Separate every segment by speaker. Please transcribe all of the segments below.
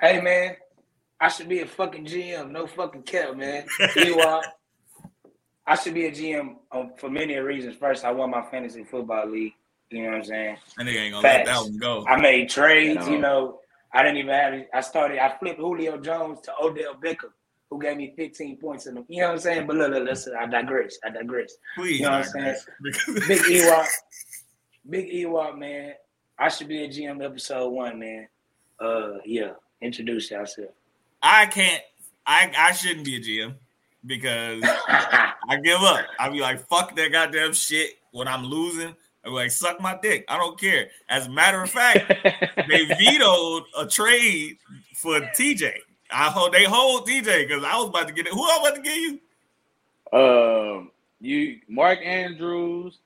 Speaker 1: Hey man, I should be a fucking GM, no fucking cap, man. You are. I should be a GM um, for many reasons. First, I won my fantasy football league. You know what I'm saying?
Speaker 2: That nigga ain't gonna let
Speaker 1: Facts.
Speaker 2: that one go.
Speaker 1: I made trades.
Speaker 3: You know.
Speaker 1: You know, I didn't even have. I started. I flipped Julio Jones to Odell Beckham, who gave me 15 points in them. You know what I'm saying? But look, look, listen. I digress. I digress.
Speaker 2: Please,
Speaker 1: You know what
Speaker 2: not
Speaker 1: I'm saying?
Speaker 2: Chris.
Speaker 1: Big Ewok, Big Ewok, man. I should be a GM episode one, man. Uh, yeah. Introduce yourself.
Speaker 2: I can't. I I shouldn't be a GM because I give up. I be like, fuck that goddamn shit. When I'm losing, I be like, suck my dick. I don't care. As a matter of fact, they vetoed a trade for TJ. I hold they hold TJ because I was about to get it. Who I was about to get you?
Speaker 3: Um, you Mark Andrews,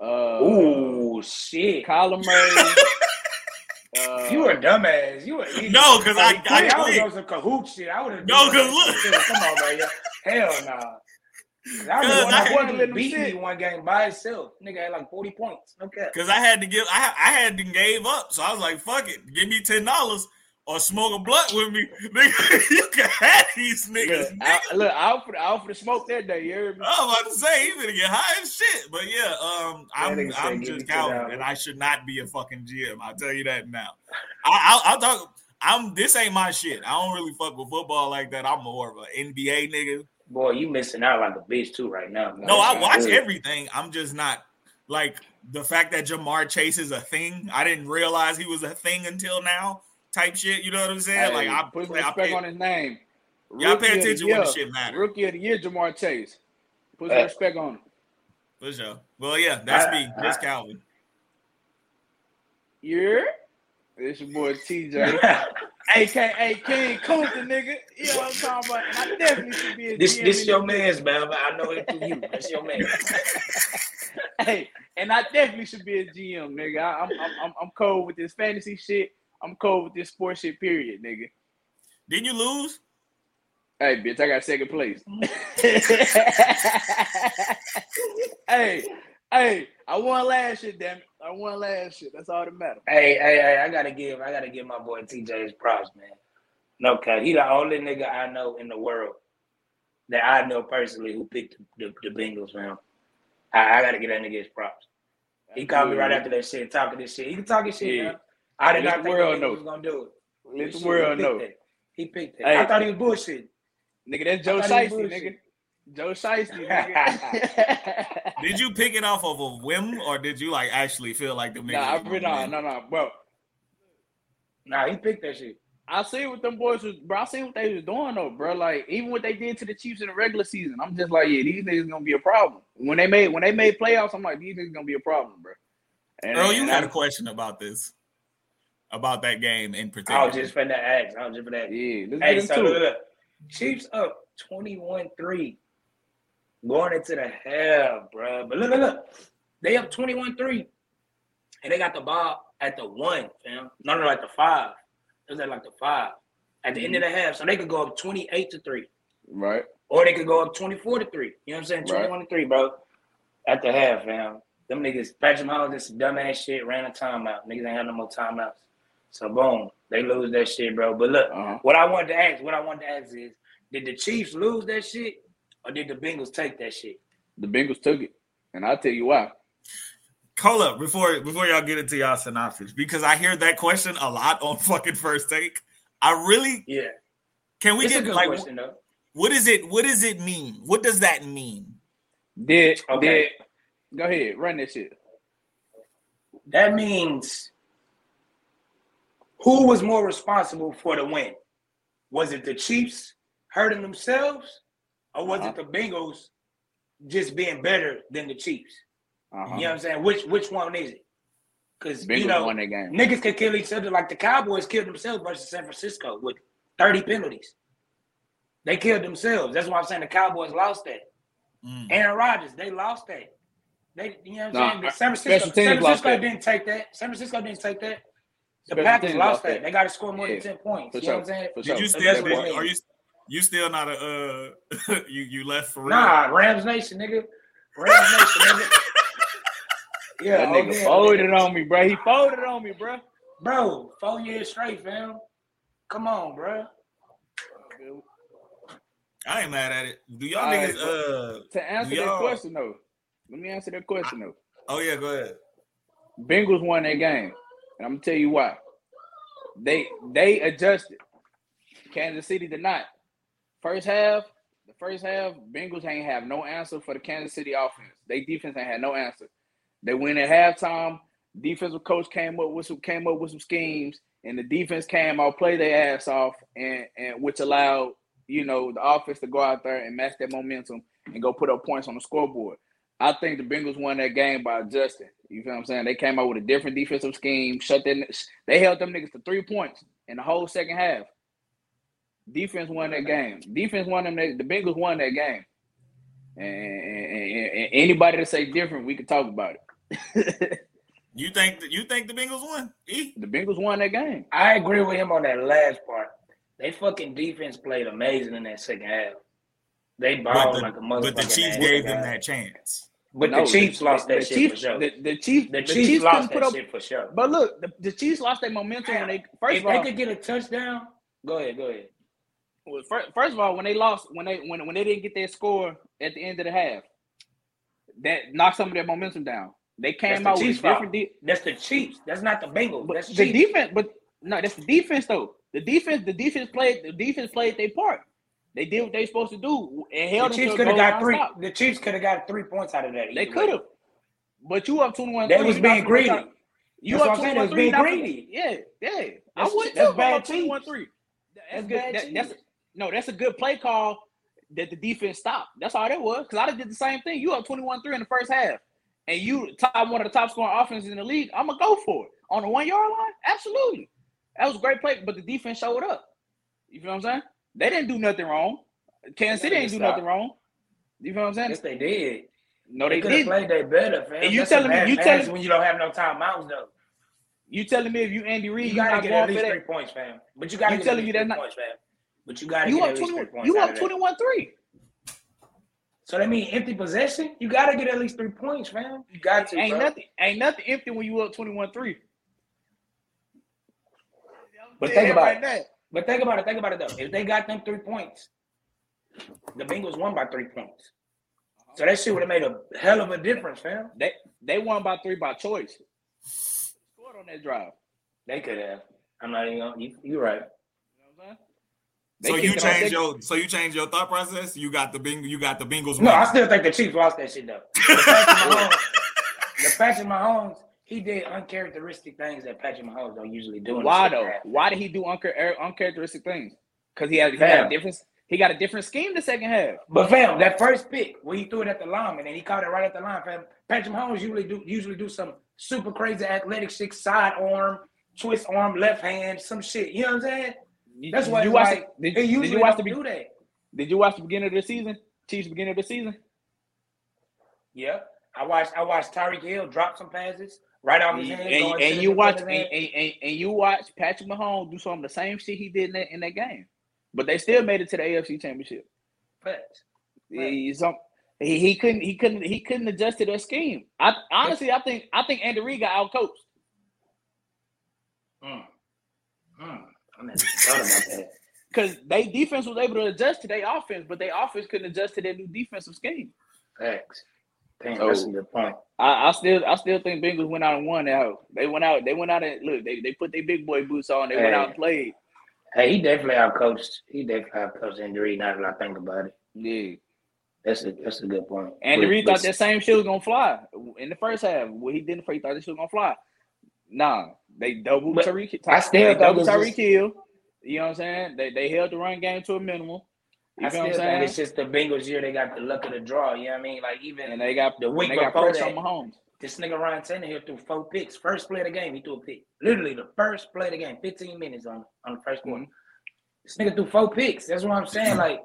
Speaker 3: uh,
Speaker 1: Ooh, shit.
Speaker 3: Kyler Murray. uh,
Speaker 1: You a dumbass. You a idiot.
Speaker 2: No, because I,
Speaker 1: Like,
Speaker 2: I
Speaker 1: I would
Speaker 2: quit.
Speaker 1: have some cahoot shit. I would have.
Speaker 2: No, 'cause look.
Speaker 1: come on, man. yeah. Hell nah.
Speaker 2: Cuz I
Speaker 1: I
Speaker 2: had-
Speaker 1: was one beat me one game by itself. Nigga had like forty points. Okay.
Speaker 2: Because I had to give, I, I had to gave up. So I was like, fuck it. Give me $10 or smoke a blunt with me. Nigga, you can have these
Speaker 3: Look,
Speaker 2: niggas. Oh,
Speaker 3: I, look, I offered, I offered to smoke that day. You heard me?
Speaker 2: I was about to say he's gonna get high as shit, but yeah, um, I'm
Speaker 1: nigga said give
Speaker 2: I'm
Speaker 1: me
Speaker 2: just
Speaker 1: $10.
Speaker 2: Calvin, and I should not be a fucking GM. I'll tell you that now. I, I, I'll talk. I'm this ain't my shit. I don't really fuck with football like that. I'm more of an NBA nigga.
Speaker 1: Boy, you missing out like a bitch too right now. man.
Speaker 2: No, I watch
Speaker 1: Good.
Speaker 2: everything. I'm just not like the fact that Jamar Chase is a thing. I didn't realize he was a thing until now. Type shit, you know what I'm saying? like
Speaker 3: Hey,
Speaker 2: I
Speaker 3: put some
Speaker 2: I
Speaker 3: respect
Speaker 2: pay,
Speaker 3: on his name.
Speaker 2: y'all pay
Speaker 3: Rookie of the
Speaker 2: attention when the
Speaker 3: year.
Speaker 2: shit matters
Speaker 3: Rookie of the year, Jamar Chase. Put some
Speaker 1: Uh,
Speaker 3: respect on him.
Speaker 2: for sure. Well, yeah, that's
Speaker 1: I-
Speaker 2: me. That's
Speaker 1: I-
Speaker 2: Calvin.
Speaker 3: Yeah, it's your boy TJ, aka King Kunta, nigga. You know what I'm talking about? And I definitely should be a
Speaker 1: this
Speaker 3: GM
Speaker 1: this
Speaker 3: in
Speaker 1: your
Speaker 3: this
Speaker 1: man's man. but I know it through you. That's your man.
Speaker 3: hey, and I definitely should be a GM, nigga. I, I'm, I'm I'm I'm cold with this fantasy shit. I'm cold with this sports shit. Period, nigga.
Speaker 2: Didn't you lose?
Speaker 3: Hey, bitch, I got second place.
Speaker 1: Mm-hmm.
Speaker 3: hey, hey, I won last shit, damn it. I won last shit. That's all that matters.
Speaker 1: Hey, hey, hey, I gotta give I gotta give my boy TJ his props, man. No cut. He the only nigga I know in the world that I know personally who picked the, the, the Bengals, man. I, I gotta give that nigga his props. He called me right after that shit, talking this shit. He can talk his shit,
Speaker 3: Yeah.
Speaker 1: man. I did
Speaker 3: Let
Speaker 1: not
Speaker 3: the
Speaker 1: think
Speaker 3: world
Speaker 1: he
Speaker 3: know.
Speaker 1: was gonna do it.
Speaker 3: Let
Speaker 1: Shit,
Speaker 3: the
Speaker 1: he
Speaker 3: world
Speaker 1: picked
Speaker 3: know,
Speaker 1: that. He picked that.
Speaker 3: Hey.
Speaker 1: I thought he was bullshitting.
Speaker 3: nigga. That's
Speaker 1: I
Speaker 3: Joe
Speaker 1: thought he
Speaker 3: Shiesty, nigga.
Speaker 1: bullshit.
Speaker 3: Joe Shiesty, nigga.
Speaker 2: Did you pick it off of a whim, or did you like actually feel like the
Speaker 3: nah,
Speaker 2: nigga?
Speaker 3: I
Speaker 2: was
Speaker 3: really,
Speaker 2: gonna
Speaker 3: nah,
Speaker 2: win?
Speaker 3: nah, nah, bro.
Speaker 1: Nah, he picked that shit.
Speaker 3: I see what them boys was, bro. I see what they was doing though, bro. Like even what they did to the Chiefs in the regular season, I'm just like, yeah, these niggas gonna be a problem. When they made when they made playoffs, I'm like, these niggas gonna be a problem, bro. And,
Speaker 2: Earl, you
Speaker 3: and
Speaker 2: had a
Speaker 3: I-
Speaker 2: question about this, about that game in
Speaker 1: I
Speaker 2: particular.
Speaker 1: was just finna ask. I was just finna ask.
Speaker 3: yeah, let's
Speaker 1: Hey,
Speaker 3: get
Speaker 1: so
Speaker 3: into
Speaker 1: look,
Speaker 3: it.
Speaker 1: look. Chiefs up 21-3 going into the half, bro. But look, look, look. They up 21-3. And they got the ball at the one, fam. No, no, like the five. It was at like the five. At the end of the half. So they could go up 28 to 3.
Speaker 3: Right,
Speaker 1: Or they could go up 24 to 3. You know what I'm saying?
Speaker 3: Right.
Speaker 1: 21 to 3, bro. At the half, fam. Them niggas, Patrick Mahomes did some dumbass shit, ran a timeout. Niggas ain't had no more timeouts. So boom, they lose that shit, bro. But look,
Speaker 3: Uh-huh.
Speaker 1: what I wanted to ask, what I wanted to ask is, did the Chiefs lose that shit? Or did the Bengals take that shit?
Speaker 3: the Bengals took it, and I'll tell you why.
Speaker 2: Hold up before before y'all get into y'all synopsis because I hear that question a lot on fucking first take. I really
Speaker 1: Yeah.
Speaker 2: can we
Speaker 1: it's a
Speaker 2: get
Speaker 1: good
Speaker 2: like
Speaker 1: question though.
Speaker 2: what is it? What does it mean? What does that mean?
Speaker 3: Did
Speaker 1: Okay.
Speaker 3: did go ahead run that shit?
Speaker 1: That means who was more responsible for the win? Was it the Chiefs hurting themselves, or was it the Bengals just being better than the Chiefs?
Speaker 3: Uh-huh.
Speaker 1: You know what I'm saying? Which which one is it? Because
Speaker 3: Bengals
Speaker 1: you know
Speaker 3: won that game.
Speaker 1: niggas could kill each other like the Cowboys killed themselves versus San Francisco with 30 penalties. They killed themselves. That's why I'm saying the Cowboys lost that.
Speaker 2: Mm.
Speaker 1: Aaron Rodgers, they lost that. They, you know what I'm
Speaker 3: Nah,
Speaker 1: saying? But San
Speaker 3: special
Speaker 1: Francisco,
Speaker 3: teams
Speaker 1: San
Speaker 3: lost
Speaker 1: Francisco
Speaker 3: that.
Speaker 1: didn't take that. San Francisco didn't take that. The
Speaker 3: Special
Speaker 1: Packers
Speaker 3: teams
Speaker 1: lost
Speaker 3: lost
Speaker 1: that.
Speaker 3: that.
Speaker 1: They got to score more
Speaker 3: Yeah,
Speaker 1: than ten points. You
Speaker 3: For
Speaker 1: know
Speaker 3: sure.
Speaker 1: what I'm saying?
Speaker 3: For
Speaker 2: Did
Speaker 3: sure.
Speaker 2: you
Speaker 1: that's
Speaker 2: still?
Speaker 1: what it
Speaker 2: Did you, are you
Speaker 1: means.
Speaker 2: you still not a uh? you you left for real?
Speaker 1: Nah, Rams Nation, nigga. Rams Nation, nigga. Yeah,
Speaker 3: That
Speaker 1: oh,
Speaker 3: nigga
Speaker 1: yeah,
Speaker 3: folded on me, bro. He folded on me, bro.
Speaker 1: bro. Four years straight, fam. Come on, bro.
Speaker 2: I ain't mad at it. Do y'all all
Speaker 3: All
Speaker 2: niggas?
Speaker 3: right,
Speaker 2: uh,
Speaker 3: bro. To answer
Speaker 2: Yo.
Speaker 3: that question though, let me answer that question though.
Speaker 2: oh yeah, go ahead.
Speaker 3: Bengals won that game, and I'm gonna tell you why. They they adjusted. Kansas City did not. First half, the first half, Bengals ain't have no answer for the Kansas City offense. They defense ain't had no answer. They went at halftime. Defensive coach came up with some came up with some schemes, and the defense came out, played their ass off, and and which allowed you know the offense to go out there and match that momentum and go put up points on the scoreboard. I think the Bengals won that game by adjusting. You feel what I'm saying? They came out with a different defensive scheme, shut them. They held them niggas to three points in the whole second half. Defense won that game. Defense won them. That, the Bengals won that game. And, and- and- and anybody that say different, we could talk about it.
Speaker 2: You think that you think the Bengals won? E?
Speaker 3: the Bengals won that game.
Speaker 1: I agree with him on that last part. They fucking defense played amazing in that second half. They
Speaker 2: But
Speaker 1: balled
Speaker 2: the,
Speaker 1: like a motherfucker.
Speaker 2: but the Chiefs gave them that chance.
Speaker 1: But
Speaker 3: No,
Speaker 1: the Chiefs lost
Speaker 3: the
Speaker 1: that shit
Speaker 3: Chiefs-
Speaker 1: for sure.
Speaker 3: The,
Speaker 1: The,
Speaker 3: the Chiefs, the
Speaker 1: Chiefs,
Speaker 3: Chiefs,
Speaker 1: lost
Speaker 3: couldn't
Speaker 1: that
Speaker 3: put up.
Speaker 1: shit for sure.
Speaker 3: But look, the, the Chiefs lost their momentum when they first
Speaker 1: if
Speaker 3: of all,
Speaker 1: they could get a touchdown, go ahead, go ahead.
Speaker 3: Well, fir- first of all, when they lost, when they when when they didn't get their score at the end of the half, that knocked some of their momentum down. They
Speaker 1: That's
Speaker 3: came
Speaker 1: the
Speaker 3: out with
Speaker 1: Chiefs'
Speaker 3: different, de-
Speaker 1: That's the Chiefs. That's not the Bengals.
Speaker 3: but
Speaker 1: That's
Speaker 3: the
Speaker 1: the Chiefs.
Speaker 3: defense. But no, that's the defense though. The defense, the defense played, the defense played their part. They did what they supposed to do and
Speaker 1: The
Speaker 3: held them
Speaker 1: Chiefs
Speaker 3: to a
Speaker 1: could have
Speaker 3: goal
Speaker 1: got
Speaker 3: line
Speaker 1: three.
Speaker 3: stop.
Speaker 1: The Chiefs could have got three points out of that.
Speaker 3: They
Speaker 1: either way.
Speaker 3: could have, but you up two one.
Speaker 1: They was being greedy.
Speaker 3: You
Speaker 1: That's what I'm
Speaker 3: up two
Speaker 1: saying, they
Speaker 3: one
Speaker 1: was
Speaker 3: three.
Speaker 1: being greedy.
Speaker 3: Yeah, yeah. I
Speaker 1: That's-
Speaker 3: would
Speaker 1: that's
Speaker 3: too. if I'm
Speaker 1: bad
Speaker 3: up two one
Speaker 1: Chiefs.
Speaker 3: three. That's
Speaker 1: That's
Speaker 3: good.
Speaker 1: bad
Speaker 3: that- that's
Speaker 1: Chiefs.
Speaker 3: no. That's a good play call that the defense stopped. That's all that was. Because I done did the same thing. You up twenty one three in the first half, and you top one of the top scoring offenses in the league. I'm gonna go for it on the one yard line. Absolutely, that was a great play. But the defense showed up. You feel what I'm saying? They didn't do nothing wrong. Kansas City
Speaker 1: They
Speaker 3: didn't do
Speaker 1: stopped.
Speaker 3: nothing wrong. You feel what I'm saying?
Speaker 1: Yes, they did.
Speaker 3: No,
Speaker 1: They
Speaker 3: they
Speaker 1: could have
Speaker 3: didn't.
Speaker 1: played that better, fam.
Speaker 3: And you
Speaker 1: That's a
Speaker 3: telling me-
Speaker 1: bad
Speaker 3: you
Speaker 1: pass
Speaker 3: telling-
Speaker 1: when you don't have no timeouts though.
Speaker 3: You telling me if you Andy
Speaker 1: You,
Speaker 3: Reid, you
Speaker 1: gotta
Speaker 3: not
Speaker 1: get
Speaker 3: going
Speaker 1: at
Speaker 3: for
Speaker 1: least
Speaker 3: that?
Speaker 1: three points, fam. But you gotta
Speaker 3: You
Speaker 1: get at
Speaker 3: telling
Speaker 1: least
Speaker 3: me that's
Speaker 1: three
Speaker 3: not-
Speaker 1: points, fam. But you gotta
Speaker 3: You
Speaker 1: get
Speaker 3: up
Speaker 1: at least three
Speaker 3: 21,
Speaker 1: points.
Speaker 3: you
Speaker 1: out
Speaker 3: up
Speaker 1: of that.
Speaker 3: 21 3.
Speaker 1: So that means empty possession. You gotta get at least three points, fam. You got to.
Speaker 3: Ain't
Speaker 1: bro.
Speaker 3: nothing ain't nothing empty when you up 21 3.
Speaker 1: But think about it. But think about it. Think about it though. If they got them three points, the Bengals won by three points. So that shit would have made a hell of a difference, fam.
Speaker 3: They they won by three by choice. Scored on that drive.
Speaker 1: They could have. I'm not even. Gonna, you, you're right.
Speaker 3: You know what I'm saying? They
Speaker 2: So you
Speaker 3: kicked it on
Speaker 2: change
Speaker 3: sec-
Speaker 2: your so you change your thought process. You got the Beng, you got the Bengals.
Speaker 1: No, I
Speaker 2: winning.
Speaker 1: still think the Chiefs lost that shit though. The Patrick Mahomes, the Patrick Mahomes, he did uncharacteristic things that Patrick Mahomes don't usually do. in the
Speaker 3: Why
Speaker 1: second
Speaker 3: though?
Speaker 1: half.
Speaker 3: Why did he do unchar- er, uncharacteristic things? Because he had, he
Speaker 1: Fam.
Speaker 3: had a different he got a different scheme the second half.
Speaker 1: But fam, that first pick when he threw it at the lineman and he caught it right at the line, fam. Patrick Mahomes usually do usually do some super crazy athletic shit, side arm, twist arm, left hand, some shit. You know what I'm saying?
Speaker 3: You-
Speaker 1: That's
Speaker 3: did
Speaker 1: why
Speaker 3: you
Speaker 1: you
Speaker 3: watch
Speaker 1: like,
Speaker 3: the,
Speaker 1: they
Speaker 3: did,
Speaker 1: usually
Speaker 3: did you watch the
Speaker 1: don't
Speaker 3: be-
Speaker 1: do that.
Speaker 3: did you watch the beginning of the season? Chiefs beginning of the season?
Speaker 1: Yeah, I watched I watched Tyreek Hill drop some passes right off his
Speaker 3: and,
Speaker 1: hand.
Speaker 3: and,
Speaker 1: going to
Speaker 3: and
Speaker 1: the
Speaker 3: you watch and,
Speaker 1: defender's hand.
Speaker 3: and, and, and you watch Patrick Mahomes do some of the same shit he did in that, in that game, but they still made it to the AFC Championship.
Speaker 1: Facts. Right.
Speaker 3: He, some- he- he couldn't he couldn't he couldn't adjust to their scheme. I honestly I think I think Andy Reid got outcoached.
Speaker 1: Mm. Mm. I never thought about that.
Speaker 3: Because they defense was able to adjust to their offense, but their offense couldn't adjust to their new defensive scheme.
Speaker 1: Facts. Damn,
Speaker 3: So-
Speaker 1: that's a good point.
Speaker 3: I, I still I still think Bengals went out and won that. hoe. They went out, they went out and look, they, they put their big boy boots on, they went
Speaker 1: Hey.
Speaker 3: out and played.
Speaker 1: Hey, he definitely outcoached. He definitely outcoached Andy Reid. Now that I think about it,
Speaker 3: Yeah.
Speaker 1: that's a that's a good point.
Speaker 3: Andy
Speaker 1: But-
Speaker 3: Reid
Speaker 1: but-
Speaker 3: thought that same shit was gonna fly in the first half. Well, he didn't. He thought this shit was gonna fly. Nah, they doubled
Speaker 1: But
Speaker 3: Tyreek.
Speaker 1: I still
Speaker 3: they
Speaker 1: thought
Speaker 3: doubled
Speaker 1: it was
Speaker 3: Tyreek
Speaker 1: just-
Speaker 3: Hill. You know what I'm saying? They they held the run game to a minimum. You
Speaker 1: I
Speaker 3: know
Speaker 1: still
Speaker 3: what I'm
Speaker 1: think
Speaker 3: saying?
Speaker 1: it's just the Bengals year. They got the luck of the draw. You know what I mean? Like even
Speaker 3: and they got
Speaker 1: the week
Speaker 3: they got
Speaker 1: before
Speaker 3: pressure
Speaker 1: that-
Speaker 3: on Mahomes.
Speaker 1: This nigga Ryan Tannehill threw four picks. First play of the game, he threw a pick. Literally the first play of the game, 15 minutes on, on the first
Speaker 3: Mm-hmm.
Speaker 1: quarter. This nigga threw four picks. That's what I'm saying. Like,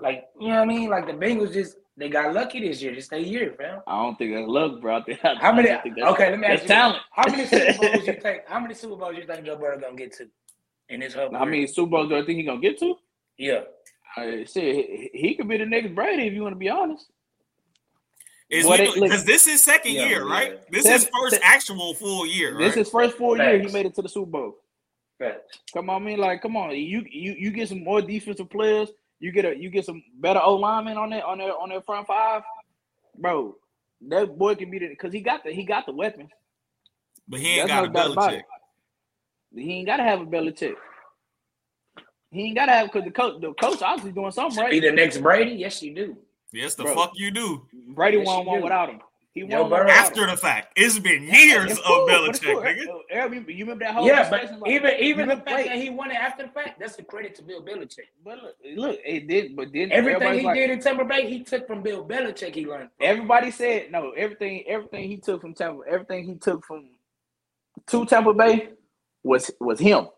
Speaker 1: like you know what I mean? Like the Bengals just they got lucky this year. This their year, fam.
Speaker 3: I don't think that's luck, bro. I think, I
Speaker 1: How many
Speaker 3: don't think that's-
Speaker 1: okay, let me ask
Speaker 3: that's
Speaker 1: you
Speaker 3: talent.
Speaker 1: how many Super Bowls you think how many Super Bowls you think Joe Burrow gonna get to in this whole
Speaker 3: I mean, Super Bowl. Do I think he gonna get to?
Speaker 1: yeah.
Speaker 3: Uh, shit, he, he could be the next Brady if you want to be honest.
Speaker 2: Is
Speaker 3: What
Speaker 2: we
Speaker 3: it-
Speaker 2: because this is second
Speaker 1: Yeah,
Speaker 2: year,
Speaker 1: yeah.
Speaker 2: right? This
Speaker 3: Seven-
Speaker 2: is first
Speaker 3: se-
Speaker 2: actual full year.
Speaker 3: This
Speaker 2: right?
Speaker 3: is first full year he
Speaker 1: Facts.
Speaker 3: made it to the Super Bowl.
Speaker 1: Facts.
Speaker 3: Come on, I mean, like, come on. You you you get some more defensive players. You get a you get some better O linemen on that on their on their front five, bro. That boy can be the because he got the he got the weapons.
Speaker 2: But he ain't
Speaker 3: That's
Speaker 2: got
Speaker 3: no
Speaker 2: a
Speaker 3: doubt about
Speaker 2: Belichick.
Speaker 3: it. He ain't gotta have a Belichick. He ain't gotta have because the coach the coach obviously doing something
Speaker 1: Be
Speaker 3: right.
Speaker 1: the next Brady? Yes, you do.
Speaker 2: Yes, the
Speaker 3: Bro.
Speaker 2: fuck you do.
Speaker 3: Brady
Speaker 1: Yes,
Speaker 3: won
Speaker 1: you
Speaker 3: one
Speaker 1: do.
Speaker 3: without him. He won
Speaker 1: Joe
Speaker 3: one
Speaker 1: Burrow.
Speaker 3: without
Speaker 2: After
Speaker 3: him.
Speaker 2: the fact, it's been years
Speaker 3: It's
Speaker 2: of
Speaker 3: cool, but it's
Speaker 2: Belichick,
Speaker 3: cool.
Speaker 2: nigga.
Speaker 3: Uh, uh, You remember that whole
Speaker 1: Yeah, but
Speaker 3: discussion, like,
Speaker 1: even even
Speaker 3: you
Speaker 1: the
Speaker 3: look
Speaker 1: fact
Speaker 3: great.
Speaker 1: that he won it after the fact, that's a credit to Bill Belichick.
Speaker 3: But look, look, it did, but then
Speaker 1: Everything
Speaker 3: everybody's
Speaker 1: he
Speaker 3: like,
Speaker 1: did in Tampa Bay, he took from Bill Belichick. He learned. From.
Speaker 3: Everybody said no. Everything, everything he took from Tampa, everything he took from to Tampa Bay was was him.
Speaker 1: Oh,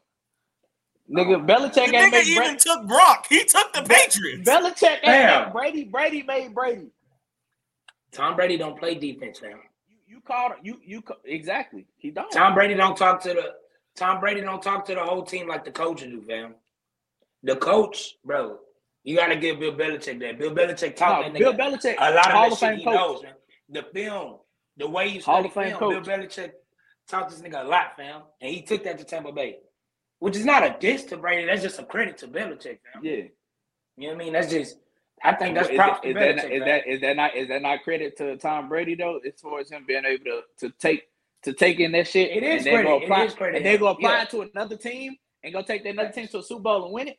Speaker 3: Nigga,
Speaker 2: The
Speaker 3: Belichick ain't
Speaker 2: nigga
Speaker 3: make
Speaker 2: even
Speaker 3: Brady.
Speaker 2: took Brock. He took the Patriots.
Speaker 3: Belichick ain't
Speaker 1: Fam.
Speaker 3: make Brady. Brady made Brady.
Speaker 1: Tom Brady don't play defense now.
Speaker 3: You, you called you you ca- exactly. He don't.
Speaker 1: Tom Brady don't talk to the Tom Brady don't talk to the whole team like the coach do, fam. The coach, bro, you gotta give Bill Belichick that. Bill Belichick
Speaker 3: No,
Speaker 1: talk that
Speaker 3: Bill
Speaker 1: nigga.
Speaker 3: Belichick,
Speaker 1: a lot
Speaker 3: Hall
Speaker 1: of,
Speaker 3: of
Speaker 1: that shit
Speaker 3: Fame
Speaker 1: he
Speaker 3: coach.
Speaker 1: knows, man. The film, the way you
Speaker 3: Hall
Speaker 1: study
Speaker 3: of Fame
Speaker 1: film, Bill Belichick taught this nigga a lot, fam, and he took that to Tampa Bay, which is not a diss to Brady. That's just a credit to Belichick, fam.
Speaker 3: Yeah.
Speaker 1: You know what I mean? That's just, I think that's
Speaker 3: Is,
Speaker 1: props to
Speaker 3: is
Speaker 1: Belichick.
Speaker 3: that is
Speaker 1: fam.
Speaker 3: that is that not is that not credit to Tom Brady though? As far as him being able to to take to take in that shit,
Speaker 1: It is
Speaker 3: and they go
Speaker 1: credit. It
Speaker 3: apply
Speaker 1: is credit.
Speaker 3: and they go apply
Speaker 1: Yeah.
Speaker 3: it to another team and go take that another team to a Super Bowl and win it.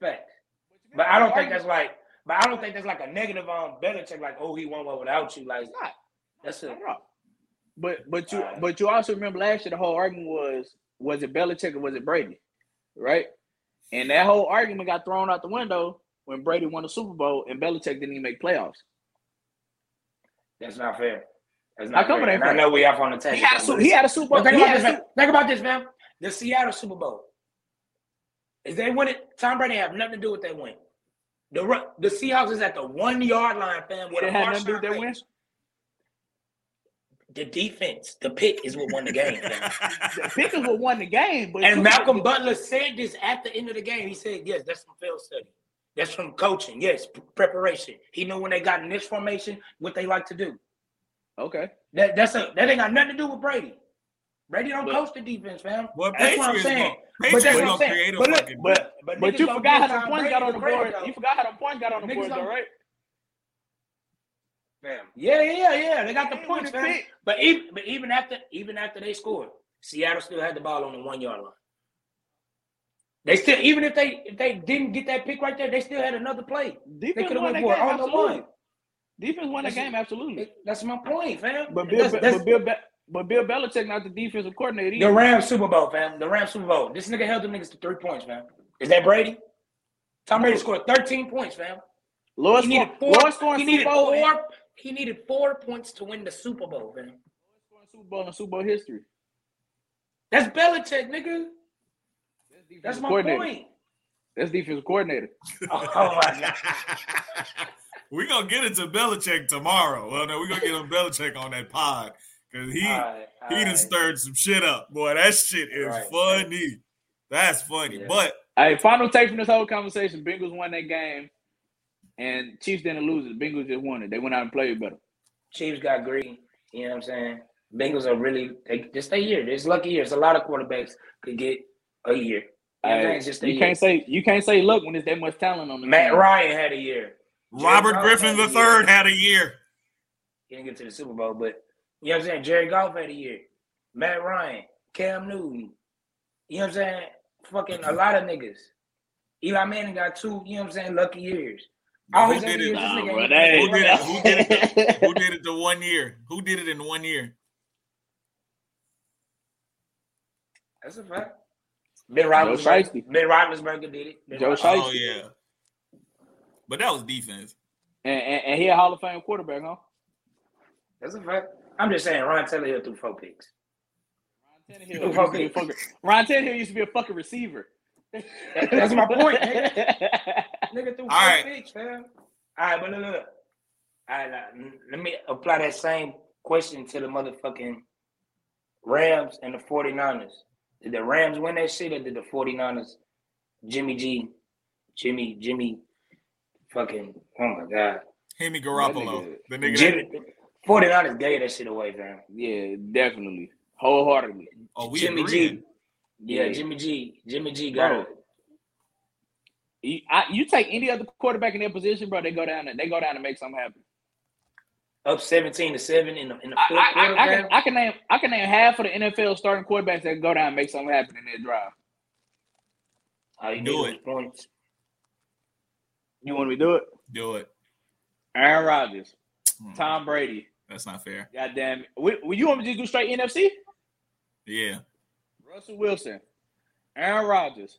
Speaker 1: fact? But I don't think that's like, but I don't think that's like a negative on Belichick. Like, oh, he won one without you. Like,
Speaker 3: It's not.
Speaker 1: that's
Speaker 3: Not
Speaker 1: it.
Speaker 3: at all. But but you
Speaker 1: Alright.
Speaker 3: but you also remember last year the whole argument was was it Belichick or was it Brady, right? And that whole argument got thrown out the window when Brady won the Super Bowl and Belichick didn't even make playoffs.
Speaker 1: That's not fair. That's
Speaker 3: How
Speaker 1: not
Speaker 3: come
Speaker 1: fair.
Speaker 3: it ain't
Speaker 1: And I
Speaker 3: fair?
Speaker 1: know we off on the
Speaker 3: He
Speaker 1: tangent.
Speaker 3: had
Speaker 1: but
Speaker 3: a, Su- he had a Super Bowl.
Speaker 1: But think
Speaker 3: He
Speaker 1: about
Speaker 3: had a
Speaker 1: this,
Speaker 3: Super-
Speaker 1: man. Think about this, man. The Seattle Super Bowl. If they win it, Tom Brady have nothing to do with that win. The Ru- the Seahawks is at the one yard line, fam. With
Speaker 3: It
Speaker 1: a
Speaker 3: had nothing to do
Speaker 1: Marshawn
Speaker 3: with that win?
Speaker 1: Lynch. The defense, the pick is what won the game. fam.
Speaker 3: the Pickens would won the game, but
Speaker 1: and Malcolm Butler said this at the end of the game. He said, "Yes, that's from field study. That's from coaching. Yes, p- preparation. He knew when they got in this formation what they like to do.
Speaker 3: Okay.
Speaker 1: That that's a that ain't got nothing to do with Brady. Brady don't
Speaker 3: But-
Speaker 1: coach the defense, fam.
Speaker 2: Well,
Speaker 1: That's what I'm
Speaker 2: Patriots
Speaker 1: saying.
Speaker 2: gonna,
Speaker 1: But that's what
Speaker 2: Patriots
Speaker 1: I'm
Speaker 2: gonna
Speaker 1: saying.
Speaker 2: create a
Speaker 1: But look,
Speaker 2: fucking.
Speaker 3: But
Speaker 1: But,
Speaker 3: but
Speaker 1: niggas
Speaker 3: you
Speaker 1: don't
Speaker 3: forgot
Speaker 1: give
Speaker 3: how the
Speaker 1: Tom
Speaker 3: points
Speaker 1: Brady
Speaker 3: got on the
Speaker 1: credit,
Speaker 3: board.
Speaker 1: though.
Speaker 3: You forgot how the points got on the
Speaker 1: Niggas
Speaker 3: board, though,
Speaker 1: don't-
Speaker 3: right?
Speaker 1: Fam. Yeah, yeah, yeah. They got the
Speaker 3: They
Speaker 1: points,
Speaker 3: would've
Speaker 1: fam.
Speaker 3: picked.
Speaker 1: But even but even after even after they scored, Seattle still had the ball on the one yard line. They still even if they if they didn't get that pick right there, they still had another play. They
Speaker 3: Defense
Speaker 1: could have went
Speaker 3: won that
Speaker 1: for
Speaker 3: game.
Speaker 1: it on the
Speaker 3: Absolutely.
Speaker 1: one.
Speaker 3: Defense won that
Speaker 1: Listen,
Speaker 3: game. Absolutely.
Speaker 1: That's my point, fam.
Speaker 3: But Bill,
Speaker 1: That's-
Speaker 3: Be-
Speaker 1: that's-
Speaker 3: but Bill, Be- but Bill Belichick not the defensive coordinator.
Speaker 1: the
Speaker 3: Either.
Speaker 1: Rams Super Bowl, fam. The Rams Super Bowl. This nigga held them niggas to three points, fam. Is that Brady? Tom Brady scored 13 points, fam.
Speaker 3: Lowest
Speaker 1: He needed
Speaker 3: scoring,
Speaker 1: four.
Speaker 3: lowest scoring
Speaker 1: he
Speaker 3: Super
Speaker 1: needed
Speaker 3: Bowl,
Speaker 1: four.
Speaker 3: in-
Speaker 1: He needed four points to win the Super Bowl, fam.
Speaker 3: lowest scoring Super Bowl in Super Bowl history.
Speaker 1: That's Belichick, nigga. That's
Speaker 3: defensive
Speaker 1: my
Speaker 3: coordinator.
Speaker 1: point.
Speaker 3: That's defensive coordinator.
Speaker 1: Oh, oh my god.
Speaker 2: we gonna get it to Belichick tomorrow. Well, no, we gonna get him Belichick on that pod because he
Speaker 1: All right, all
Speaker 2: he done
Speaker 1: right.
Speaker 2: stirred some shit up. Boy, that shit is
Speaker 1: Right.
Speaker 2: funny. That's funny.
Speaker 1: Yeah.
Speaker 2: But
Speaker 3: Hey, final take from this whole conversation: Bengals won that game, and Chiefs didn't lose it. The Bengals just won it. They went out and played better.
Speaker 1: Chiefs got green. You know what I'm saying? Bengals are really they, just a year. It's lucky years. A lot of quarterbacks could get a year. You know what I'm saying?
Speaker 3: Hey,
Speaker 1: It's just a
Speaker 3: you
Speaker 1: year.
Speaker 3: can't say you can't say look when there's that much talent on the
Speaker 1: Matt
Speaker 3: team.
Speaker 1: Ryan had a year. Jerry
Speaker 2: Robert
Speaker 1: Goff
Speaker 2: Griffin
Speaker 1: had
Speaker 2: III
Speaker 1: a year.
Speaker 2: had a year.
Speaker 1: He didn't get to the Super Bowl, but you know what I'm saying? Jerry Goff had a year. Matt Ryan, Cam Newton. You know what I'm saying? Fucking a lot of niggas. Eli Manning got two, you know what I'm saying, lucky years. All
Speaker 2: Who
Speaker 1: his other
Speaker 2: did it?
Speaker 1: years, this
Speaker 3: Nah,
Speaker 1: nigga
Speaker 3: bro,
Speaker 1: ain't
Speaker 3: that
Speaker 1: even
Speaker 2: Who did it?
Speaker 1: played.
Speaker 2: Who did it? Who did it to one year? Who did it in one year?
Speaker 1: That's a fact. Ben
Speaker 3: Shiesty.
Speaker 1: Roethlisberger. Ben Roethlisberger did it. Ben
Speaker 3: Joe
Speaker 1: Roethlisberger.
Speaker 3: Shiesty.
Speaker 2: Oh yeah. But that was defense.
Speaker 3: And, and, and he a Hall of Fame quarterback, huh?
Speaker 1: That's a fact. I'm just saying, Ron Tannehill threw four picks.
Speaker 3: Ron Tannehill, used to be a fucking, Ron Tannehill used to be a fucking receiver.
Speaker 1: That- that's my point, nigga. Nigga threw four
Speaker 2: right.
Speaker 1: picks, fam. All right, but look, look, look. All right, now, n- let me apply that same question to the motherfucking Rams and the 49ers. Did the Rams win that shit or did the 49ers, Jimmy G, Jimmy, Jimmy, fucking, oh my God.
Speaker 2: Hemi Garoppolo.
Speaker 3: nigga-
Speaker 2: The nigga that-
Speaker 1: Jimmy, 49ers gave that shit away, fam.
Speaker 3: yeah, definitely, wholeheartedly.
Speaker 2: Oh, we
Speaker 1: Jimmy
Speaker 2: agreeing.
Speaker 1: G. Yeah, Jimmy G. Jimmy G got
Speaker 3: Bro.
Speaker 1: it.
Speaker 3: You, I, you take any other quarterback in their position, bro. They go down. and They go down and make something happen.
Speaker 1: up seventeen to seven in the in the
Speaker 3: I,
Speaker 1: fourth
Speaker 3: I,
Speaker 1: quarter.
Speaker 3: I, I can,
Speaker 1: man.
Speaker 3: I can name I can name half of the NFL starting quarterbacks that go down and make something happen in their drive.
Speaker 1: All you
Speaker 2: Do
Speaker 1: need
Speaker 2: it.
Speaker 1: is points.
Speaker 3: You want me to do it?
Speaker 2: Do it.
Speaker 3: Aaron Rodgers,
Speaker 2: Hmm,
Speaker 3: Tom Brady.
Speaker 2: That's not fair.
Speaker 3: Goddamn. We, we, you want me to just do straight NFC?
Speaker 2: Yeah.
Speaker 3: Russell Wilson, Aaron Rodgers.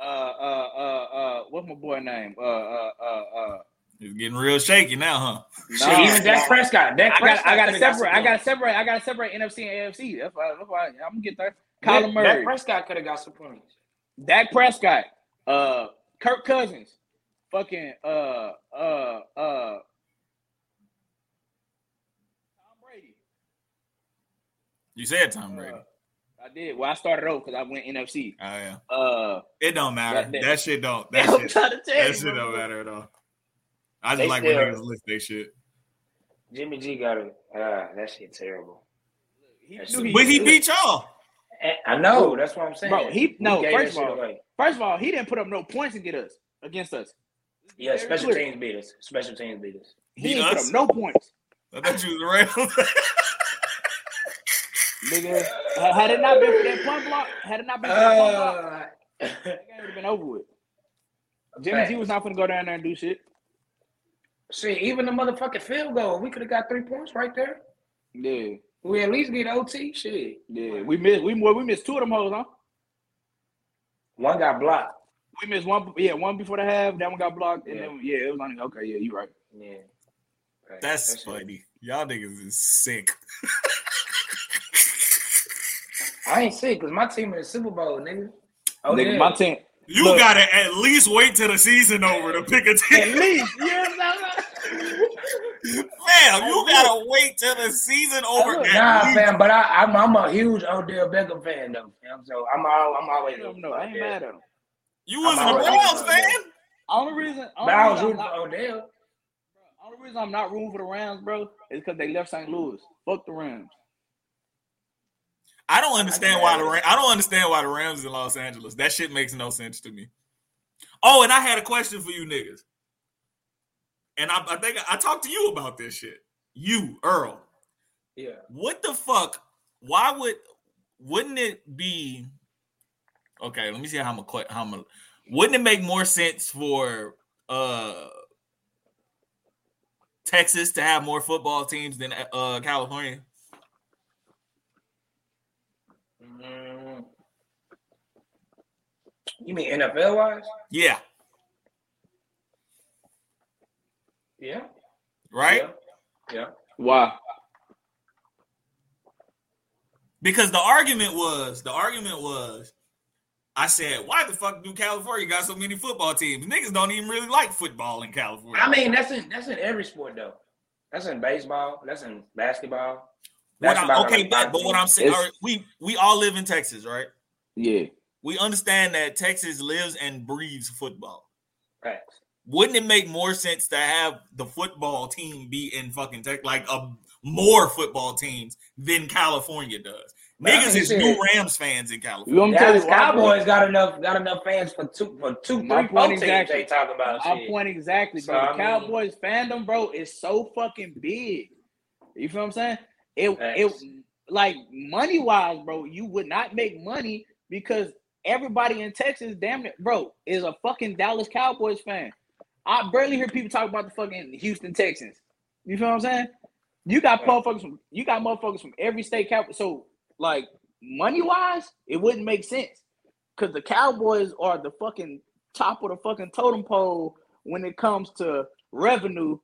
Speaker 3: Uh, uh, uh, uh, what's my boy name? Uh, uh, uh, uh.
Speaker 2: It's getting real shaky now, huh?
Speaker 1: Shit,
Speaker 3: no.
Speaker 1: even Dak Prescott. Dak
Speaker 3: I got,
Speaker 1: Prescott
Speaker 3: I got to
Speaker 1: coulda got
Speaker 3: separate.
Speaker 1: some
Speaker 3: I got to separate. I got to separate NFC and AFC. That's why. That's why I'm gonna get there.
Speaker 1: points.
Speaker 3: Kyler
Speaker 1: Dak-
Speaker 3: Murray,
Speaker 1: Dak Prescott could have got some points.
Speaker 3: Dak Prescott, uh, Kirk Cousins, fucking uh, uh, uh, Tom Brady.
Speaker 2: You said Tom Brady.
Speaker 3: Uh, I did. Well, I started over because I went NFC.
Speaker 2: Oh yeah.
Speaker 3: Uh,
Speaker 2: It don't matter.
Speaker 3: That- that-
Speaker 2: That shit don't. That
Speaker 3: I'm
Speaker 2: shit.
Speaker 3: trying to tell
Speaker 2: That
Speaker 3: you,
Speaker 2: shit
Speaker 3: bro.
Speaker 2: don't matter at all. I just
Speaker 1: They
Speaker 2: like when
Speaker 1: still-
Speaker 2: niggas list their shit.
Speaker 1: Jimmy G got it. Ah, that shit terrible.
Speaker 3: He
Speaker 1: That's
Speaker 3: knew
Speaker 1: the-
Speaker 2: But he
Speaker 3: was
Speaker 2: beat y'all.
Speaker 1: Eh, I know. That's what I'm saying.
Speaker 3: Bro, he-
Speaker 1: We
Speaker 3: no,
Speaker 1: gave
Speaker 3: first
Speaker 1: that
Speaker 3: of
Speaker 1: shit
Speaker 3: all-
Speaker 1: away.
Speaker 3: First of all, he didn't put up no points and get us against us.
Speaker 1: yeah,
Speaker 3: Very
Speaker 1: special
Speaker 3: clear.
Speaker 1: teams beat us. Special teams beat us.
Speaker 3: He
Speaker 2: Beat
Speaker 3: didn't put up
Speaker 2: us?
Speaker 3: no points.
Speaker 2: I thought you was around.
Speaker 3: Nigga, had had it not been for that punt block, had it not been for that punt
Speaker 1: Uh.
Speaker 3: block, that game would have been over with. Jimmy G
Speaker 1: Facts.
Speaker 3: was not going to go down there and do shit.
Speaker 1: See, even the motherfucking field goal, we could have got three points right there.
Speaker 3: Yeah,
Speaker 1: We at least get OT. Shit,
Speaker 3: yeah. We missed. We well, we missed two of them hoes, huh?
Speaker 1: one got blocked.
Speaker 3: We missed one. Yeah, one before the half. That one got blocked, and
Speaker 1: Yeah.
Speaker 3: then yeah, it was only okay. Yeah, you right.
Speaker 1: Yeah, Right,
Speaker 2: That's
Speaker 1: that shit-
Speaker 2: funny. Y'all niggas is sick.
Speaker 1: I ain't sick because my team in the Super Bowl, nigga. Oh,
Speaker 3: Nigga,
Speaker 1: yeah.
Speaker 3: my team
Speaker 2: You
Speaker 3: Look.
Speaker 2: gotta at least wait till the season over to pick a
Speaker 3: at
Speaker 2: team.
Speaker 3: least. You know what I'm saying?
Speaker 2: Fam, you gotta wait till the season over.
Speaker 3: look,
Speaker 2: at
Speaker 1: Nah,
Speaker 2: least.
Speaker 1: fam, but I, I'm I'm a huge Odell Beckham fan though, fam. So I'm all, I'm
Speaker 3: I
Speaker 1: always
Speaker 3: don't know. I ain't mad at him.
Speaker 2: You was in
Speaker 1: I'm
Speaker 2: the
Speaker 1: already-
Speaker 2: playoffs, fam.
Speaker 3: Only reason,
Speaker 1: But
Speaker 3: only
Speaker 1: I was
Speaker 3: reason, I'm
Speaker 1: rooting
Speaker 3: not,
Speaker 1: for Odell.
Speaker 3: only reason I'm not rooting for the Rams, bro, is because they left St. Louis. Fuck the Rams.
Speaker 2: I don't understand
Speaker 1: I'm
Speaker 2: why
Speaker 1: mad.
Speaker 2: the Ra- I don't understand why the Rams in Los Angeles. That shit makes no sense to me. Oh, and I had a question for you niggas. And I, I think I, I talked to you about this shit. You, Earl.
Speaker 1: Yeah.
Speaker 2: What the fuck? Why would wouldn't it be okay? Let me see how I'm a how I'm a, wouldn't it make more sense for uh Texas to have more football teams than uh California?
Speaker 1: Mm. You mean NFL wise?
Speaker 2: Yeah,
Speaker 1: Yeah.
Speaker 2: right?
Speaker 1: Yeah. yeah.
Speaker 3: Why?
Speaker 2: Because the argument was, the argument was, I said, why the fuck do California got so many football teams? Niggas don't even really like football in California.
Speaker 1: I mean, that's in that's in every sport though. That's in baseball. That's in basketball.
Speaker 2: What
Speaker 1: That's
Speaker 2: I-
Speaker 1: about
Speaker 2: okay,
Speaker 1: it.
Speaker 2: but, but what I'm saying,
Speaker 3: It's-
Speaker 2: all right, we we all live in Texas, right?
Speaker 3: Yeah.
Speaker 2: We understand that Texas lives and breathes football.
Speaker 1: Facts.
Speaker 2: Wouldn't it make more sense to have the football team be in fucking Texas, like a more football teams than California does?
Speaker 1: But I
Speaker 2: Niggas
Speaker 1: mean,
Speaker 2: is
Speaker 1: shit.
Speaker 2: new Rams fans in California.
Speaker 3: You want me to tell you
Speaker 1: Dallas
Speaker 3: why, bro?
Speaker 1: Cowboys got enough got enough fans for two for two
Speaker 3: My
Speaker 1: three
Speaker 3: point
Speaker 1: four teams
Speaker 3: exactly.
Speaker 1: they talking about.
Speaker 3: My
Speaker 1: shit.
Speaker 3: point exactly,
Speaker 1: So,
Speaker 3: bro.
Speaker 1: I
Speaker 3: the
Speaker 1: mean-
Speaker 3: Cowboys fandom, bro, is so fucking big. You feel what I'm saying? It
Speaker 1: Facts.
Speaker 3: it like money wise, bro, you would not make money because everybody in Texas, damn it, bro, is a fucking Dallas Cowboys fan. I barely hear people talk about the fucking Houston Texans. You feel what I'm saying? You got
Speaker 1: Right.
Speaker 3: motherfuckers from you got motherfuckers from every state cap. So like money wise, it wouldn't make sense because the Cowboys are the fucking top of the fucking totem pole when it comes to revenue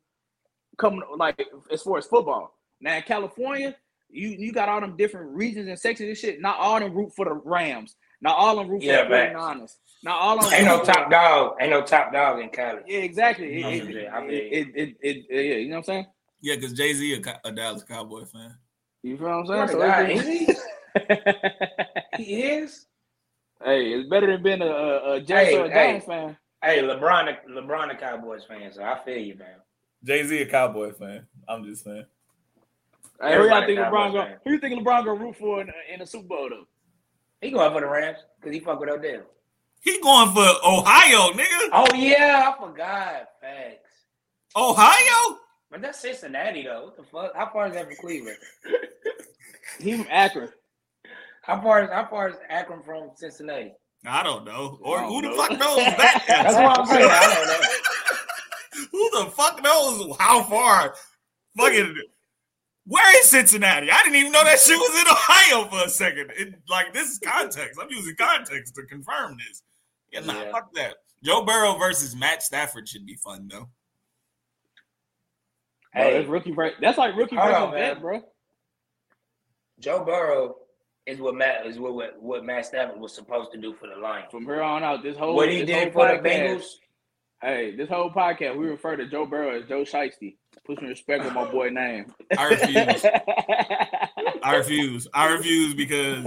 Speaker 3: coming like as far as football. Now in California, you you got all them different regions and sections and shit. Not all them root for the Rams. Not all them root for
Speaker 1: Yeah,
Speaker 3: the
Speaker 1: facts.
Speaker 3: 49ers. Not all them
Speaker 1: Ain't
Speaker 3: root
Speaker 1: no
Speaker 3: for-
Speaker 1: top dog. Ain't no top dog in college.
Speaker 3: Yeah, exactly. It,
Speaker 2: I
Speaker 3: it,
Speaker 2: feel
Speaker 1: you. I feel you.
Speaker 3: it, it, it, it- yeah, you know what I'm saying?
Speaker 2: Yeah, because Jay Z a, Co- a Dallas Cowboy fan.
Speaker 3: You feel what
Speaker 1: Swear
Speaker 3: I'm
Speaker 1: to
Speaker 3: saying? So
Speaker 1: God,
Speaker 3: it's
Speaker 1: is
Speaker 3: just-
Speaker 1: He is.
Speaker 3: hey, it's better than being a, a, a Jets
Speaker 1: Hey,
Speaker 3: or a
Speaker 1: hey.
Speaker 3: Giants fan.
Speaker 1: Hey, LeBron, LeBron, a Cowboys fan, so I feel you, man.
Speaker 2: Jay Z a Cowboy fan. I'm just saying.
Speaker 3: Hey, who y'all
Speaker 1: Everybody
Speaker 3: think
Speaker 1: Cowboys
Speaker 3: LeBron
Speaker 1: fan.
Speaker 3: gonna, who you think LeBron gonna root for in, in the Super Bowl though?
Speaker 1: He going for the Rams because he fuck with Odell.
Speaker 2: He going for Ohio, nigga.
Speaker 1: Oh yeah, I forgot. Facts.
Speaker 2: Ohio?
Speaker 1: But that's Cincinnati though. What the fuck? How far is that from Cleveland?
Speaker 3: He from Akron.
Speaker 1: How far is how far is Akron from Cincinnati?
Speaker 2: I don't know. Or
Speaker 3: I don't
Speaker 2: who the
Speaker 3: know.
Speaker 2: fuck knows that?
Speaker 1: That's what I'm saying. I don't know.
Speaker 2: Who the fuck knows how far? Fucking. Where is Cincinnati? I didn't even know that shit was in Ohio for a second. It, like this is context. I'm using context to confirm this. Yeah, nah,
Speaker 1: Yeah.
Speaker 2: fuck that. Joe Burrow versus Matt Stafford should be fun though.
Speaker 3: Bro,
Speaker 1: Hey.
Speaker 3: that's rookie. ver- That's like rookie
Speaker 1: Hold
Speaker 3: versus
Speaker 1: on,
Speaker 3: vet,
Speaker 1: man.
Speaker 3: bro.
Speaker 1: Joe Burrow is what Matt is what, what what Matt Stafford was supposed to do for the Lions.
Speaker 3: From here Oh, on out, this whole
Speaker 1: What he
Speaker 3: this
Speaker 1: did
Speaker 3: whole
Speaker 1: for the
Speaker 3: podcast-
Speaker 1: Bengals.
Speaker 3: Hey, this whole podcast we refer to Joe Burrow as Joe Shiesty. Put some respect on my boy name.
Speaker 2: I refuse. I refuse. I refuse because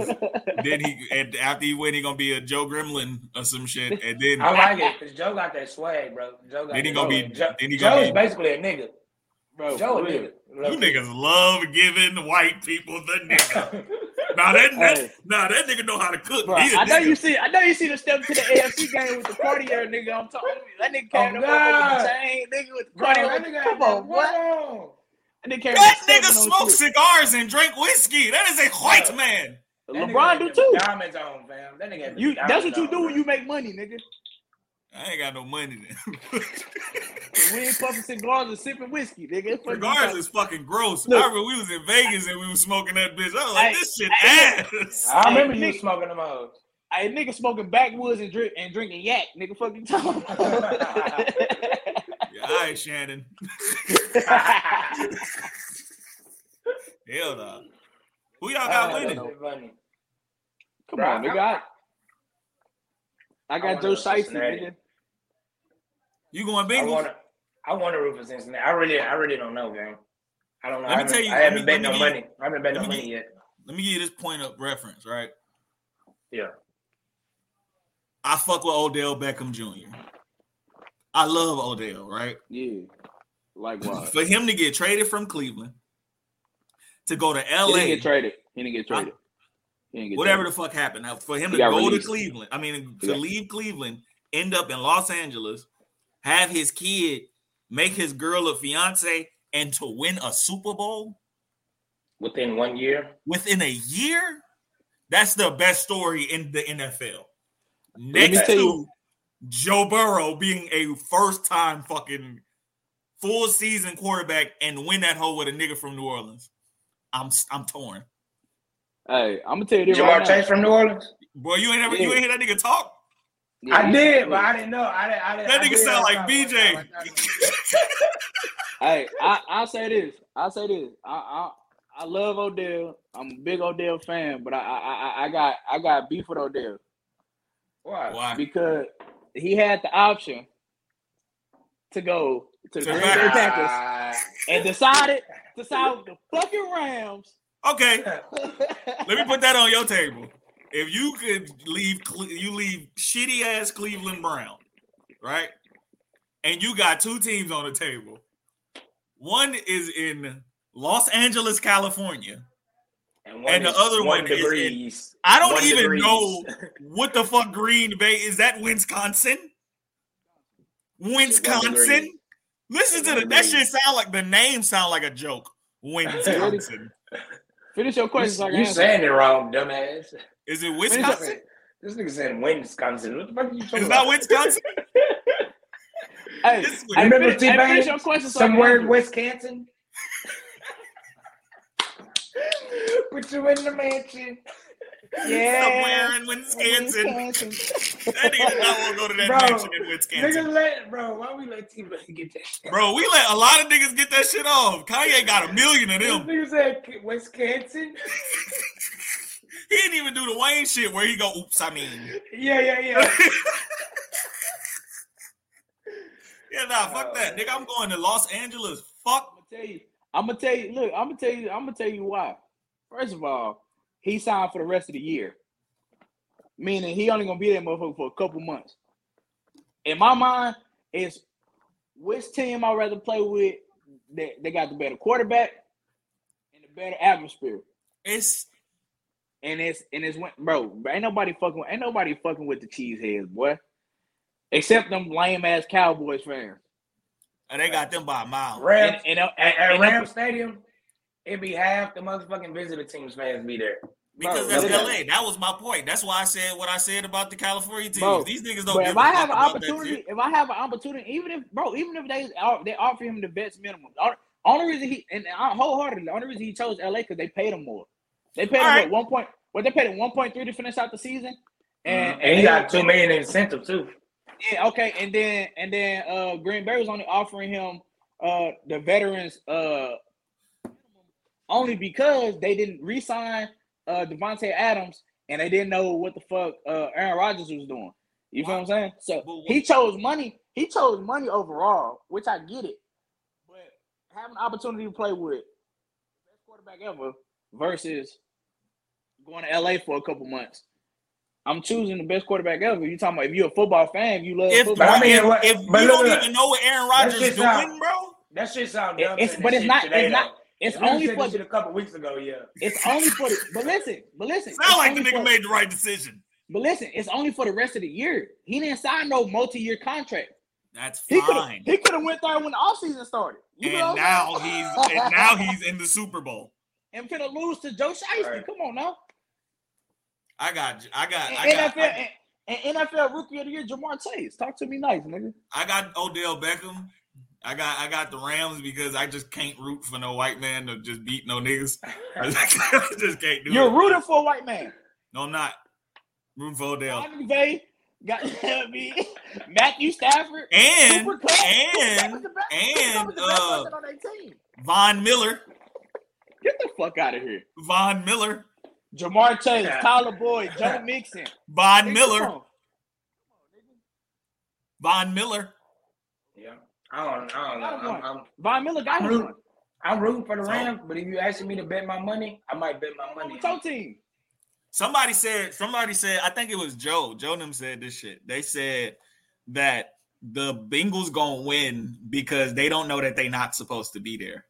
Speaker 2: then he and after he win, he gonna be a Joe Gremlin or some shit, and then
Speaker 1: I like it because Joe got that swag, bro. Joe got
Speaker 2: Then he
Speaker 1: that
Speaker 2: gonna be-
Speaker 1: swag. Joe,
Speaker 2: then he gonna
Speaker 1: Joe's
Speaker 2: be-
Speaker 1: basically a nigga.
Speaker 3: bro,
Speaker 1: Joe
Speaker 3: Oh, for
Speaker 1: a
Speaker 3: real.
Speaker 1: nigga.
Speaker 2: you niggas love giving the white people the nigga. Now that, that
Speaker 3: Hey.
Speaker 2: now that nigga know how to cook.
Speaker 3: Bro,
Speaker 2: He a
Speaker 3: I know
Speaker 2: nigga.
Speaker 3: you see. I know you see the step to the AFC game with the Cartier nigga. I'm talking. That nigga came
Speaker 1: Oh,
Speaker 3: to fuck
Speaker 1: God.
Speaker 3: with the chain, nigga with the
Speaker 1: Bro,
Speaker 3: Cartier.
Speaker 1: that nigga
Speaker 3: Come
Speaker 1: got
Speaker 3: on, what?
Speaker 1: on.
Speaker 3: That nigga, came with
Speaker 2: That
Speaker 3: seven
Speaker 2: nigga
Speaker 3: on
Speaker 2: smoked
Speaker 3: shit.
Speaker 2: cigars and drank whiskey. That is a white man.
Speaker 1: That nigga
Speaker 3: LeBron
Speaker 1: got
Speaker 3: do
Speaker 1: them
Speaker 3: too.
Speaker 1: Diamonds on, fam. That nigga. got them
Speaker 3: You. That's what
Speaker 1: diamonds
Speaker 3: you
Speaker 1: on,
Speaker 3: do when
Speaker 1: bro.
Speaker 3: you make money, nigga.
Speaker 2: I ain't got no money then.
Speaker 3: We ain't puffing cigars and sipping whiskey, nigga. That's what you
Speaker 2: cigars
Speaker 3: do.
Speaker 2: is fucking gross.
Speaker 3: Look.
Speaker 2: I remember we was in Vegas and we was smoking that bitch. I was
Speaker 3: Hey,
Speaker 2: like, this shit
Speaker 3: hey,
Speaker 2: ass.
Speaker 1: I remember you
Speaker 3: Nigga.
Speaker 1: smoking them hoes.
Speaker 3: Hey, nigga smoking backwoods and drink and drinking yak, nigga. Fucking talking. about?
Speaker 2: Yeah, all right, Shannon. Hell no. Who y'all got
Speaker 3: Uh,
Speaker 2: winning?
Speaker 3: no.
Speaker 1: Funny.
Speaker 3: Come
Speaker 1: Bro,
Speaker 3: on,
Speaker 1: I-
Speaker 3: nigga. I, I
Speaker 1: I
Speaker 3: got
Speaker 1: wanna
Speaker 3: Joe
Speaker 1: go
Speaker 3: Shiesty,
Speaker 1: Cincinnati.
Speaker 3: nigga.
Speaker 2: You going
Speaker 1: I
Speaker 2: Bengals?
Speaker 1: want to. I want to root for Cincinnati. I really, I really don't know, man. I don't know.
Speaker 2: Let me
Speaker 1: I haven't,
Speaker 2: tell you-
Speaker 1: I
Speaker 2: let
Speaker 1: haven't
Speaker 2: me-
Speaker 1: bet
Speaker 2: let
Speaker 1: no
Speaker 2: me
Speaker 1: money. I haven't bet no
Speaker 2: let me
Speaker 1: money yet.
Speaker 2: Let me give you this point of reference, right?
Speaker 1: Yeah.
Speaker 2: I fuck with Odell Beckham Jr. I love Odell, right?
Speaker 3: Yeah. Likewise.
Speaker 2: For him to get traded from Cleveland to go to LA.
Speaker 3: He didn't get traded. He didn't get
Speaker 2: Huh?
Speaker 3: traded. He didn't get
Speaker 2: whatever the fuck
Speaker 3: traded.
Speaker 2: happened now for him
Speaker 3: He
Speaker 2: to
Speaker 3: got
Speaker 2: go
Speaker 3: released.
Speaker 2: to Cleveland. I mean, to
Speaker 3: Yeah.
Speaker 2: leave Cleveland, end up in Los Angeles, have his kid, make his girl a fiance, and to win a Super Bowl
Speaker 1: Within one year,
Speaker 2: within a year. That's the best story in the NFL.
Speaker 3: me
Speaker 2: Next
Speaker 3: tell
Speaker 2: to
Speaker 3: you-
Speaker 2: Joe Burrow being a first time fucking full season quarterback and win that hole with a nigga from New Orleans. I'm I'm torn.
Speaker 3: Hey, I'm gonna tell you this
Speaker 1: Jamar
Speaker 3: right now.
Speaker 1: Chase from New Orleans.
Speaker 2: Boy, you ain't ever you ain't hear that nigga talk.
Speaker 3: Yeah,
Speaker 1: I
Speaker 3: he-
Speaker 1: did, but I didn't know. I didn't. I didn't
Speaker 2: That
Speaker 1: I
Speaker 2: nigga
Speaker 1: did
Speaker 2: sound
Speaker 1: outside
Speaker 2: like
Speaker 1: of
Speaker 2: BJ.
Speaker 1: my- outside of
Speaker 3: Hey, I I say this. I say this. I I I love Odell. I'm a big Odell fan, but I I I, I got I got beef with Odell
Speaker 1: my- Why?
Speaker 2: Why?
Speaker 3: because he had the option to go to the
Speaker 2: To
Speaker 3: Green
Speaker 2: Nah.
Speaker 3: Bay Packers and decided to side with the fucking Rams.
Speaker 2: Okay, let me put that on your table. If you could leave, Cle- you leave shitty ass Cleveland Brown, right? And you got two teams on the table. One is in Los Angeles, California.
Speaker 1: one
Speaker 2: And the
Speaker 1: is
Speaker 2: other one is in-
Speaker 1: degrees.
Speaker 2: I don't
Speaker 1: One
Speaker 2: even
Speaker 1: degrees.
Speaker 2: know what the fuck Green Bay is. That Wisconsin? Wisconsin?
Speaker 1: degrees.
Speaker 2: Listen to
Speaker 1: One
Speaker 2: the, that
Speaker 1: degree.
Speaker 2: shit. Sound like the name sound like a joke. Wisconsin.
Speaker 3: Finish your
Speaker 1: You,
Speaker 3: questions. so I can
Speaker 1: you
Speaker 3: answer.
Speaker 1: saying it wrong, dumbass.
Speaker 2: Is it
Speaker 3: is
Speaker 2: Wisconsin?
Speaker 1: This nigga saying Wisconsin. What the fuck are you talking
Speaker 2: It's
Speaker 1: about?
Speaker 2: not Wisconsin.
Speaker 3: Hey,
Speaker 2: This
Speaker 3: hey,
Speaker 1: Remember
Speaker 3: finish, hey,
Speaker 1: T-Pain?
Speaker 3: finish your question. So I can
Speaker 1: Somewhere
Speaker 3: answer.
Speaker 1: in Wisconsin. Put you in the mansion.
Speaker 3: yeah.
Speaker 2: Somewhere in Wisconsin.
Speaker 3: Wisconsin.
Speaker 2: That nigga did not want to go to that
Speaker 1: Bro,
Speaker 2: mansion in Wisconsin.
Speaker 1: Nigga, let bro. Why we let T Pain get that? shit?
Speaker 2: Bro, we let a lot of niggas get that shit off. Kanye got a million of
Speaker 1: This
Speaker 2: them.
Speaker 1: nigga said K- Wisconsin.
Speaker 2: He didn't even do the Wayne shit where he go, oops, I mean.
Speaker 1: Yeah, yeah, yeah.
Speaker 2: Yeah, nah, fuck
Speaker 1: Oh,
Speaker 2: that.
Speaker 1: man.
Speaker 2: Nigga, I'm going to Los Angeles. Fuck.
Speaker 3: I'm gonna tell you. I'm gonna tell you. Look, I'm gonna tell you. I'm gonna tell you why. First of all, he signed for the rest of the year, meaning he only gonna be that motherfucker for a couple months. In my mind, it's which team I'd rather play with. That they got the better quarterback and the better atmosphere.
Speaker 2: It's
Speaker 3: And it's and it's when bro, ain't nobody fucking ain't nobody fucking with the cheeseheads, boy. Except them lame ass Cowboys fans.
Speaker 2: And they got them by a mile.
Speaker 1: Ram,
Speaker 3: And, and, uh,
Speaker 1: at, at
Speaker 3: and-
Speaker 1: Ram Stadium, it'd be half the motherfucking visitor teams fans be there.
Speaker 2: Because
Speaker 3: Bro,
Speaker 2: that's
Speaker 1: look at
Speaker 2: LA. That was my point. That's why I said what I said about the California teams.
Speaker 3: Bro,
Speaker 2: These niggas don't
Speaker 3: But
Speaker 2: give
Speaker 3: if
Speaker 2: a
Speaker 3: I
Speaker 2: fuck
Speaker 3: have an
Speaker 2: about that
Speaker 3: opportunity,
Speaker 2: shit.
Speaker 3: if I have an opportunity, even if bro, even if they are- they offer him the best minimum, the only- only reason he and I wholeheartedly, the only reason he chose LA because they paid him more. They paid him
Speaker 2: All right.
Speaker 3: what, one point. What they paid him one point three to finish out the season, and,
Speaker 1: Mm-hmm. And, he
Speaker 3: they-
Speaker 1: got two million incentive too.
Speaker 3: Yeah, okay, and then and then uh, Green Bay was only offering him uh, the veterans uh, only because they didn't re-sign uh, Devontae Adams and they didn't know what the fuck uh, Aaron Rodgers was doing. You feel what I'm saying? So
Speaker 2: But what-
Speaker 3: he chose money. He chose money overall, which I get it. But having an opportunity to play with the best quarterback ever versus going to LA for a couple months. I'm choosing the best quarterback ever. You talking about if you're a football fan, if you love
Speaker 2: If,
Speaker 3: football.
Speaker 1: But I mean,
Speaker 2: if,
Speaker 1: what-
Speaker 2: if
Speaker 1: but look,
Speaker 2: you don't
Speaker 1: look.
Speaker 2: even know what Aaron
Speaker 1: That's
Speaker 2: Rodgers
Speaker 1: just uh,
Speaker 2: doing,
Speaker 1: how-
Speaker 2: bro,
Speaker 1: That shit sound
Speaker 3: It-
Speaker 1: dumb.
Speaker 3: it's-
Speaker 1: saying
Speaker 3: but
Speaker 1: that
Speaker 3: it's
Speaker 1: shit
Speaker 3: not-
Speaker 1: Today,
Speaker 3: it's not-
Speaker 1: though.
Speaker 3: It's
Speaker 1: If we
Speaker 3: only
Speaker 1: said
Speaker 3: for
Speaker 1: this shit
Speaker 3: the.
Speaker 1: a couple weeks ago. Yeah.
Speaker 3: It's only for the. But listen, but listen. it's
Speaker 2: sound like the
Speaker 3: only
Speaker 2: nigga
Speaker 3: for-
Speaker 2: made the right decision.
Speaker 3: But listen, it's only for the rest of the year. He didn't sign no multi-year contract.
Speaker 2: That's
Speaker 3: He could have.
Speaker 2: fine.
Speaker 3: He could have went there when the offseason started. You know?
Speaker 2: And now he's and now he's in the Super Bowl.
Speaker 3: and finna lose to Joe Shiesty.
Speaker 1: Right.
Speaker 3: Come on now.
Speaker 2: I got I got I
Speaker 3: And
Speaker 2: got,
Speaker 3: NFL and, and NFL Rookie of the Year Jamar Chase. Talk to me nice, nigga.
Speaker 2: I got Odell Beckham. I got I got the Rams because I just can't root for no white man to just beat no niggas. I just can't do
Speaker 3: You're
Speaker 2: it.
Speaker 3: rooting for a white man.
Speaker 2: No, I'm not. Rooting for Odell.
Speaker 3: Tommy Vay, goddamn me, Matthew Stafford,
Speaker 2: And
Speaker 3: Cooper Cup.
Speaker 2: and-
Speaker 3: Who the best-
Speaker 2: and,
Speaker 3: who the best
Speaker 2: uh,
Speaker 3: person on their team?
Speaker 2: Von Miller.
Speaker 3: Get the fuck out of here.
Speaker 2: Von Miller.
Speaker 3: Jamar Chase, Tyler Boyd, Joe Mixon,
Speaker 2: Von
Speaker 3: Nigga, come
Speaker 2: Miller.
Speaker 3: on.
Speaker 2: Von Miller.
Speaker 1: Yeah. I don't. I don't know.
Speaker 3: Got one.
Speaker 1: I'm, I'm,
Speaker 3: Von Miller got
Speaker 1: I'm
Speaker 3: him
Speaker 1: rooting.
Speaker 3: one.
Speaker 1: I'm rooting for the
Speaker 2: So-
Speaker 1: Rams, but if you asking me to bet my money, I might bet my money.
Speaker 3: What's your team?
Speaker 2: Somebody said, somebody said, I think it was Joe. Joe them said this shit. They said that the Bengals gonna win because they don't know that they not supposed to be there.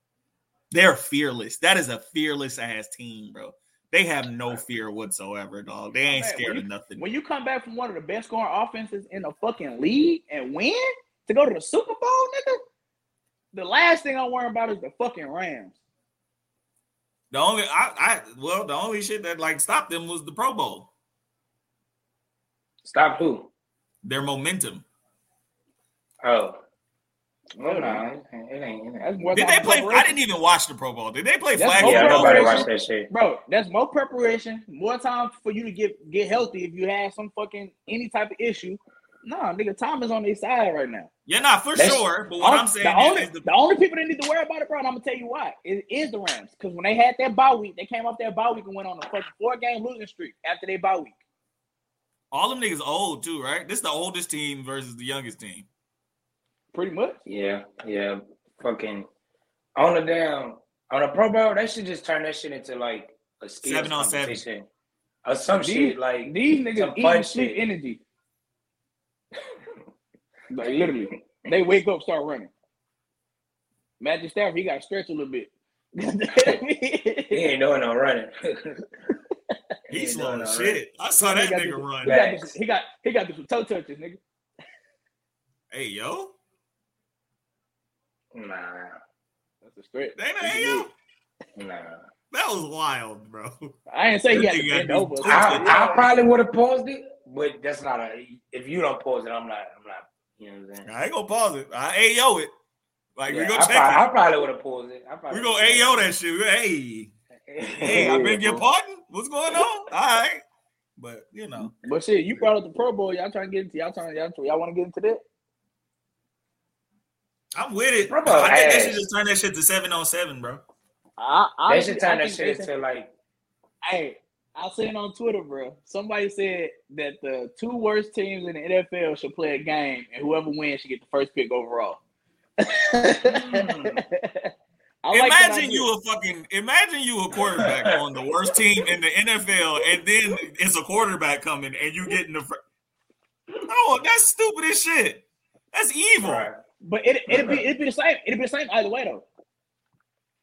Speaker 2: They're fearless. That is a fearless ass team, bro. They have no fear whatsoever, dog. They ain't
Speaker 3: Man, when
Speaker 2: scared
Speaker 3: you-
Speaker 2: of nothing.
Speaker 3: When you come back from one of the best scoring offenses in the fucking league and win to go to the Super Bowl, nigga, the last thing I'm worrying about is the fucking Rams.
Speaker 2: The only I, I well, the only shit that like stopped them was the Pro Bowl.
Speaker 1: Stop who?
Speaker 2: Their momentum.
Speaker 1: Oh. No,
Speaker 3: Hold
Speaker 1: no, it ain't. It ain't. It
Speaker 3: That's
Speaker 1: ain't.
Speaker 3: more
Speaker 2: Did they
Speaker 3: than
Speaker 2: play? I
Speaker 3: preparation.
Speaker 2: didn't even watch the Pro Bowl. Did they play
Speaker 3: That's
Speaker 2: flag
Speaker 3: over
Speaker 1: Yeah,
Speaker 2: football?
Speaker 1: nobody
Speaker 3: preparation.
Speaker 1: watched that shit.
Speaker 3: Bro, that's more preparation, more time for you to get get healthy if you had some fucking any type of issue. Nah, nigga, time is on their side right now.
Speaker 2: Yeah, nah, for
Speaker 1: That's-
Speaker 2: sure. But what I'm
Speaker 3: the
Speaker 2: saying
Speaker 3: only,
Speaker 2: is, is the,
Speaker 3: the only people that need to worry about it, bro, and I'm gonna tell you why, it is the Rams. Because when they had that bye week, they came off that bye week and went on a fucking four game losing streak after they bye week.
Speaker 2: all them niggas old too, right? This the oldest team versus the youngest team.
Speaker 3: Pretty much.
Speaker 1: Yeah, yeah. Fucking on the damn on a Pro Bowl, they should just turn that shit into like a skills
Speaker 2: Seven on seven.
Speaker 1: competition or some
Speaker 3: These-
Speaker 1: shit. Like
Speaker 3: These
Speaker 1: Some
Speaker 3: niggas
Speaker 1: fun
Speaker 3: eat sleep
Speaker 1: shit.
Speaker 3: energy. like literally, they wake up, start running. Magic Stafford, he got to stretch a little bit.
Speaker 1: he ain't doing no running.
Speaker 2: He
Speaker 1: ain't
Speaker 2: slow
Speaker 1: doing
Speaker 2: as
Speaker 1: no running.
Speaker 2: shit. I saw that
Speaker 3: got
Speaker 2: nigga
Speaker 3: this-
Speaker 2: run.
Speaker 3: He got, this- he got he got this with toe touches, nigga.
Speaker 2: Hey yo,
Speaker 1: Nah,
Speaker 3: That's a stretch.
Speaker 2: they
Speaker 3: He
Speaker 2: hey
Speaker 3: can do
Speaker 2: yo,
Speaker 3: it.
Speaker 1: nah.
Speaker 2: that was wild, bro.
Speaker 3: I didn't say he
Speaker 2: That
Speaker 3: had to
Speaker 2: nigga got
Speaker 3: bend
Speaker 2: this
Speaker 3: over.
Speaker 2: toe
Speaker 1: I,
Speaker 2: touch.
Speaker 1: I probably would have paused it, but that's not a. If you don't pause it, I'm not. I'm not. You know what I'm saying?
Speaker 2: I ain't gonna pause it. I hey yo it. Like we
Speaker 1: Yeah,
Speaker 2: gonna
Speaker 1: I,
Speaker 2: check
Speaker 1: prob- I
Speaker 2: it.
Speaker 1: probably would have paused it. I probably
Speaker 2: We gonna hey yo that shit. We- Hey, hey, I beg your pardon. What's going on? All right, but you know,
Speaker 3: But shit, you brought up the Pro Bowl. Y'all trying to get into y'all trying y'all, y'all want to get into that?
Speaker 2: I'm with it.
Speaker 1: Bro,
Speaker 2: I think they
Speaker 1: ass.
Speaker 2: should just turn that shit to seven on seven, bro.
Speaker 3: I, I,
Speaker 1: They should turn
Speaker 3: I
Speaker 1: that
Speaker 3: think
Speaker 1: shit
Speaker 3: they
Speaker 1: into like.
Speaker 3: Hey, I seen on Twitter, bro. Somebody said that the two worst teams in the NFL should play a game, and whoever wins should get the first pick overall. Hmm. I like that
Speaker 2: imagine
Speaker 3: idea.
Speaker 2: you a fucking imagine you a quarterback on the worst team in the NFL, and then it's a quarterback coming, and you getting the. fir- Oh, that's stupid as shit. That's evil.
Speaker 1: Right.
Speaker 3: but it it'd be it'd be the same. It'd be the same either way though.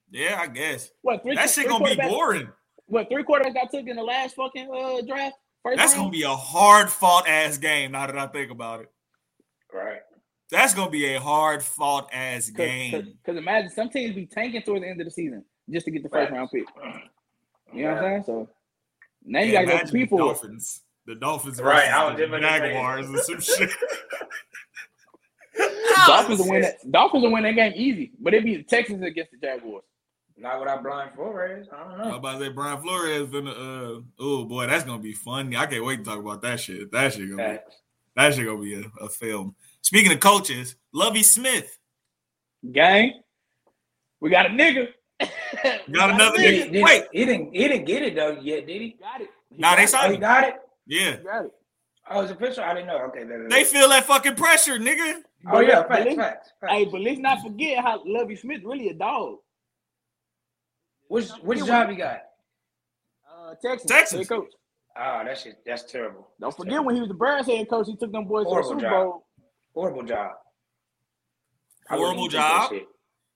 Speaker 2: Yeah, I guess
Speaker 3: What three?
Speaker 2: that shit
Speaker 3: three
Speaker 2: gonna be
Speaker 3: quarterbacks-
Speaker 2: boring.
Speaker 3: what three quarterbacks I took in the last fucking uh, draft? First
Speaker 2: That's
Speaker 3: round?
Speaker 2: gonna be a hard fought ass game. Now that I think about it,
Speaker 1: Right.
Speaker 2: that's gonna be a hard fought ass game.
Speaker 3: Because imagine some teams be tanking towards the end of the season just to get the first
Speaker 1: Right.
Speaker 3: round pick. You know
Speaker 1: Yeah.
Speaker 3: what I'm saying? So now
Speaker 2: Yeah,
Speaker 3: you gotta go
Speaker 2: imagine
Speaker 3: three
Speaker 2: the
Speaker 3: for it.
Speaker 2: Dolphins. The Dolphins
Speaker 1: Right,
Speaker 2: versus
Speaker 1: I was
Speaker 2: the
Speaker 1: just gonna say.
Speaker 2: Jaguars or some shit.
Speaker 3: Dolphins will win that. Dolphins will win that game easy, but it'd be the Texans against the Jaguars.
Speaker 1: Not what I blind Flores. I don't
Speaker 2: I was
Speaker 1: know.
Speaker 2: about to say Brian Flores been uh oh boy that's gonna be funny. I can't wait to talk about that shit. That shit gonna be,
Speaker 1: Facts.
Speaker 2: that shit gonna be a, a film. Speaking of coaches, Lovey Smith
Speaker 3: Gang, we got a nigga. We
Speaker 2: got another
Speaker 1: He,
Speaker 2: nigga.
Speaker 1: didn't-
Speaker 2: Wait,
Speaker 1: he didn't he didn't get it though yet, did he?
Speaker 3: Got it. He
Speaker 2: Nah,
Speaker 3: got
Speaker 2: they
Speaker 3: it.
Speaker 1: Oh,
Speaker 2: signed
Speaker 1: he
Speaker 2: him.
Speaker 1: got it?
Speaker 2: Yeah,
Speaker 3: He got it.
Speaker 1: Oh, it's official? I didn't know. Okay, there, there,
Speaker 2: they
Speaker 1: there.
Speaker 2: feel that fucking pressure, nigga.
Speaker 1: Oh
Speaker 3: But
Speaker 1: yeah,
Speaker 3: let- but
Speaker 1: facts,
Speaker 3: let-
Speaker 1: facts, facts.
Speaker 3: Hey, but let's not forget how Lovey Smith really a dog.
Speaker 1: which which
Speaker 3: Forget
Speaker 1: job
Speaker 3: what-
Speaker 1: he got?
Speaker 3: Uh, Texas,
Speaker 2: Texans.
Speaker 3: head coach.
Speaker 1: Oh, that shit that's terrible.
Speaker 3: Don't
Speaker 1: That's
Speaker 3: forget
Speaker 1: terrible.
Speaker 3: when he was the Bears head coach, he took them boys
Speaker 1: Horrible
Speaker 3: to the
Speaker 1: job.
Speaker 3: Super Bowl.
Speaker 1: horrible job. I wouldn't
Speaker 2: Horrible
Speaker 1: even take that
Speaker 2: job.
Speaker 1: shit.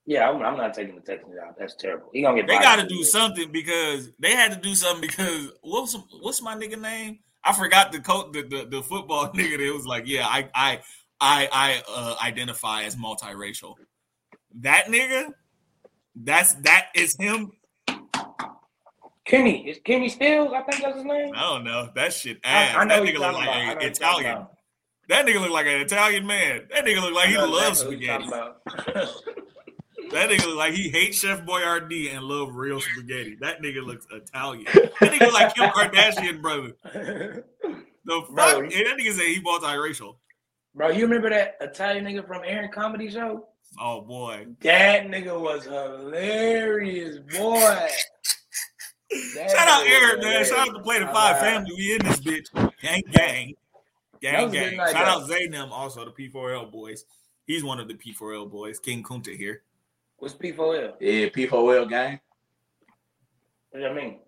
Speaker 1: Yeah, I'm, I'm not taking the Texans job. That's terrible. He gonna get.
Speaker 2: They
Speaker 1: fired
Speaker 2: got to
Speaker 1: this
Speaker 2: do
Speaker 1: year.
Speaker 2: something because they had to do something because what's what's my nigga name? I forgot the coach, the, the the football nigga that was like, yeah, I I I I uh, identify as multiracial. That nigga, that's that is him.
Speaker 1: Kenny is Kenny Stills. I think that's his name.
Speaker 2: I don't know that shit ass.
Speaker 1: I, I know
Speaker 2: that
Speaker 1: who
Speaker 2: nigga
Speaker 1: you're
Speaker 2: look
Speaker 1: talking about. I
Speaker 2: like
Speaker 1: know
Speaker 2: an
Speaker 1: who you're talking
Speaker 2: Italian.
Speaker 1: about.
Speaker 2: That nigga look like an Italian man. That nigga look like
Speaker 1: I
Speaker 2: he
Speaker 1: know
Speaker 2: loves
Speaker 1: exactly who you're
Speaker 2: spaghetti.
Speaker 1: talking about.
Speaker 2: That nigga look like he hates Chef Boyardee and love real spaghetti. That nigga looks Italian. That nigga look like Kim Kardashian brother. The fuck?
Speaker 1: Bro.
Speaker 2: And that nigga say he multiracial.
Speaker 1: Bro, you remember that Italian nigga from Aaron Comedy Show?
Speaker 2: Oh boy.
Speaker 1: That nigga was hilarious, boy. That
Speaker 2: Shout out
Speaker 1: nigga was
Speaker 2: Eric, man.
Speaker 1: hilarious.
Speaker 2: Shout out to Play the
Speaker 1: I'm
Speaker 2: Five
Speaker 1: like,
Speaker 2: family. We in this bitch. Gang gang.
Speaker 1: That
Speaker 2: Gang
Speaker 1: was a good
Speaker 2: gang.
Speaker 1: night,
Speaker 2: Shout out Zaynum, also the P4L boys. He's one of the P4L boys. King Kunta here.
Speaker 1: What's P4L?
Speaker 3: Yeah, P4L game.
Speaker 1: What do I mean?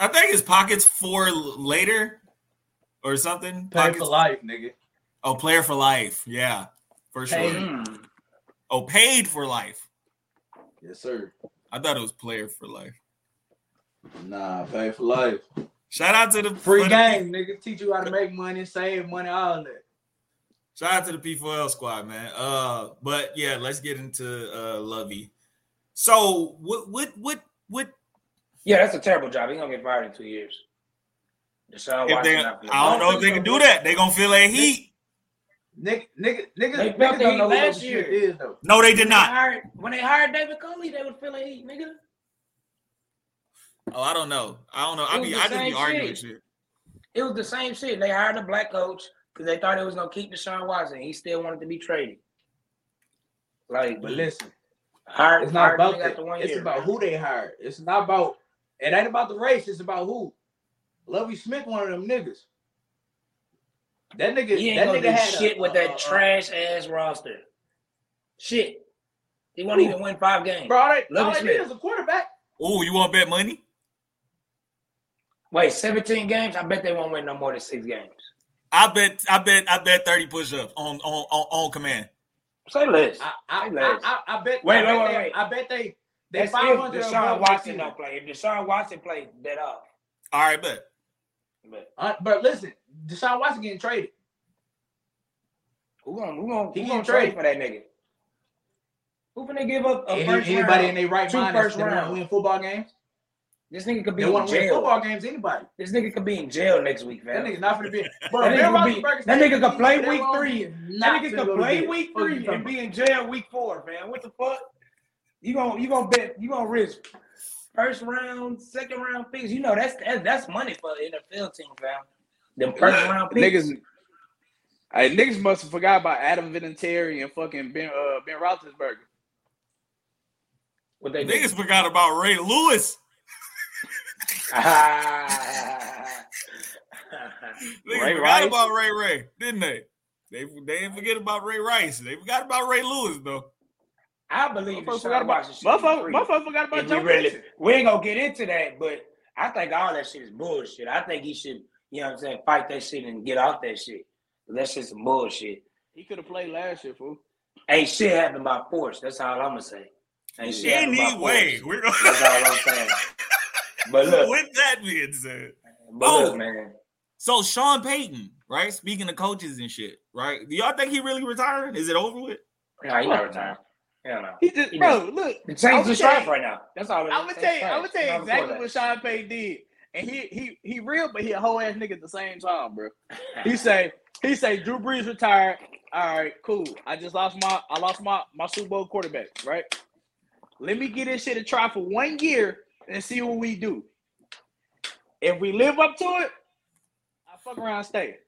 Speaker 2: I think his pockets four l- later or something. Pockets.
Speaker 3: life, nigga.
Speaker 2: Oh, player for life. Yeah, for sure.
Speaker 3: Paid.
Speaker 1: Mm.
Speaker 2: Oh, paid for life.
Speaker 3: Yes, sir.
Speaker 2: I thought it was player for life.
Speaker 3: Nah, pay for life.
Speaker 2: Shout out to the for the-
Speaker 3: nigga. Teach you how to make money, save money, all that.
Speaker 2: Shout out to the P4L squad, man. Uh, but yeah, let's get into uh Lovey. So what what what what
Speaker 1: Yeah, that's a terrible job. He gonna get fired in two years. Deshaun
Speaker 2: if they
Speaker 1: Watson.
Speaker 2: I
Speaker 1: not-
Speaker 2: don't know if they can do that. They gonna feel that heat.
Speaker 4: Nigga, nigga,
Speaker 1: They felt
Speaker 4: nigga, nigga
Speaker 1: that
Speaker 4: heat
Speaker 1: though
Speaker 4: last
Speaker 1: last
Speaker 4: year
Speaker 1: year.
Speaker 4: is though.
Speaker 2: No, they did
Speaker 1: When they
Speaker 2: not.
Speaker 1: hired, when they hired David Coley, they would feel like heat, nigga.
Speaker 2: Oh, I don't know. I don't know.
Speaker 1: It
Speaker 2: I
Speaker 1: was
Speaker 2: be
Speaker 1: the
Speaker 2: I just
Speaker 1: same
Speaker 2: be arguing
Speaker 1: shit.
Speaker 2: shit.
Speaker 1: It was the same shit. They hired a black coach because they thought it was gonna keep Deshaun Watson. He still wanted to be traded. Like,
Speaker 4: But listen,
Speaker 1: hired,
Speaker 4: it's not
Speaker 1: Mm-hmm. hired
Speaker 4: about
Speaker 1: nigga
Speaker 4: that.
Speaker 1: after one
Speaker 4: It's
Speaker 1: year,
Speaker 4: about
Speaker 1: man.
Speaker 4: who they hired. It's not about. It ain't about the race. It's about who. Lovey Smith, one of them niggas. That nigga,
Speaker 1: He ain't
Speaker 4: that
Speaker 1: gonna
Speaker 4: nigga
Speaker 1: do
Speaker 4: had a- uh,
Speaker 1: shit with
Speaker 4: a-
Speaker 1: that
Speaker 4: a- a-
Speaker 1: trash ass roster. Shit. He won't
Speaker 4: Who?
Speaker 1: even win five games.
Speaker 4: Bro, all that,
Speaker 1: Lovie
Speaker 4: all that
Speaker 1: Smith.
Speaker 4: need is a quarterback.
Speaker 2: Oh, you want bet money?
Speaker 1: Wait, 17 games? I bet they won't win no more than six games.
Speaker 2: I bet I bet I bet 30 push-ups on on on, on command.
Speaker 1: Say less.
Speaker 4: I, I,
Speaker 1: Hey, Les.
Speaker 4: I, I, I bet.
Speaker 1: Wait,
Speaker 4: I bet
Speaker 1: wait, wait,
Speaker 4: they,
Speaker 1: wait.
Speaker 4: I bet they. They
Speaker 1: That's if
Speaker 4: five hundred.
Speaker 1: Deshaun Watson don't play. If Deshaun Watson plays, bet up.
Speaker 2: All right, bet.
Speaker 1: But
Speaker 4: Uh, but listen, Deshaun Watson getting traded.
Speaker 1: who gonna who gonna,
Speaker 4: He
Speaker 1: who
Speaker 4: getting
Speaker 1: gonna trade
Speaker 4: traded.
Speaker 1: for that nigga? Who finna give up a
Speaker 4: Any-
Speaker 1: first
Speaker 4: Anybody
Speaker 1: round?
Speaker 4: in their right
Speaker 1: two
Speaker 4: mind
Speaker 1: first
Speaker 4: that's want to
Speaker 1: round.
Speaker 4: win football games.
Speaker 1: this nigga could be
Speaker 4: They
Speaker 1: in
Speaker 4: want to win
Speaker 1: jail.
Speaker 4: football games. Anybody.
Speaker 1: This nigga could be in jail next week,
Speaker 4: That
Speaker 1: man.
Speaker 4: nigga not finna be. Bro,
Speaker 1: That
Speaker 4: Ben
Speaker 1: nigga could be- that
Speaker 4: Roethlisberger said
Speaker 1: nigga could
Speaker 4: he-
Speaker 1: play
Speaker 4: Ben
Speaker 1: week
Speaker 4: Roethlisberger
Speaker 1: three.
Speaker 4: is
Speaker 1: That
Speaker 4: not
Speaker 1: nigga
Speaker 4: finna go
Speaker 1: could
Speaker 4: to
Speaker 1: play
Speaker 4: jail.
Speaker 1: week
Speaker 4: Fuck you
Speaker 1: three
Speaker 4: talking
Speaker 1: and be in jail week four, man. What the fuck? You gonna you gonna bet you gonna risk first round, second round picks. You know that's that, that's money for an NFL team, fam. Them first round picks.
Speaker 3: Niggas, hey, niggas must have forgot about Adam Vinatieri and fucking Ben uh, Ben Roethlisberger.
Speaker 1: what they do.
Speaker 2: Niggas forgot about Ray Lewis. They
Speaker 3: Ray
Speaker 2: forgot
Speaker 3: Rice.
Speaker 2: about Ray Ray, didn't they? They they didn't forget about Ray Rice. They forgot about Ray Lewis though.
Speaker 1: I believe
Speaker 3: Motherfucker
Speaker 1: Deshaun
Speaker 3: forgot about
Speaker 1: Watson should be
Speaker 3: motherfucker,
Speaker 1: free.
Speaker 3: motherfucker forgot
Speaker 1: If
Speaker 3: about
Speaker 1: we
Speaker 3: Joe
Speaker 1: really,
Speaker 3: Mixon.
Speaker 1: we ain't gonna get into that, but I think all that shit is bullshit. I think he should, you know what I'm saying, fight that shit and get off that shit. That's just some bullshit.
Speaker 3: He could have played last year, fool.
Speaker 1: Ain't shit happened by force. That's all I'm gonna say. And she had about four.
Speaker 2: Anyway, we're
Speaker 1: That's all I'm
Speaker 2: gonna.
Speaker 1: saying. But look,
Speaker 2: with that being said,
Speaker 1: but look,
Speaker 2: Oh.
Speaker 1: man.
Speaker 2: so Sean Payton, right? Speaking of coaches and shit, right? Do y'all think he really retiring? Is it over with?
Speaker 1: Nah, he not retiring. Hell no.
Speaker 3: He just,
Speaker 1: He
Speaker 3: bro, look.
Speaker 1: The Saints
Speaker 3: I'ma
Speaker 1: in strife
Speaker 3: tell
Speaker 1: right now. That's all. it is.
Speaker 3: I'm gonna
Speaker 1: They
Speaker 3: tell you,
Speaker 1: strife.
Speaker 3: I'm gonna tell you
Speaker 1: Nothing
Speaker 3: exactly
Speaker 1: before
Speaker 3: what Sean Payton did, and he he he real, but he a whole ass nigga at the same time, bro. He say he say Drew Brees retired. All right, cool. I just lost my I lost my my Super Bowl quarterback, right? Let me get this shit a try for one year and see what we do. If we live up to it, I fuck around and stay.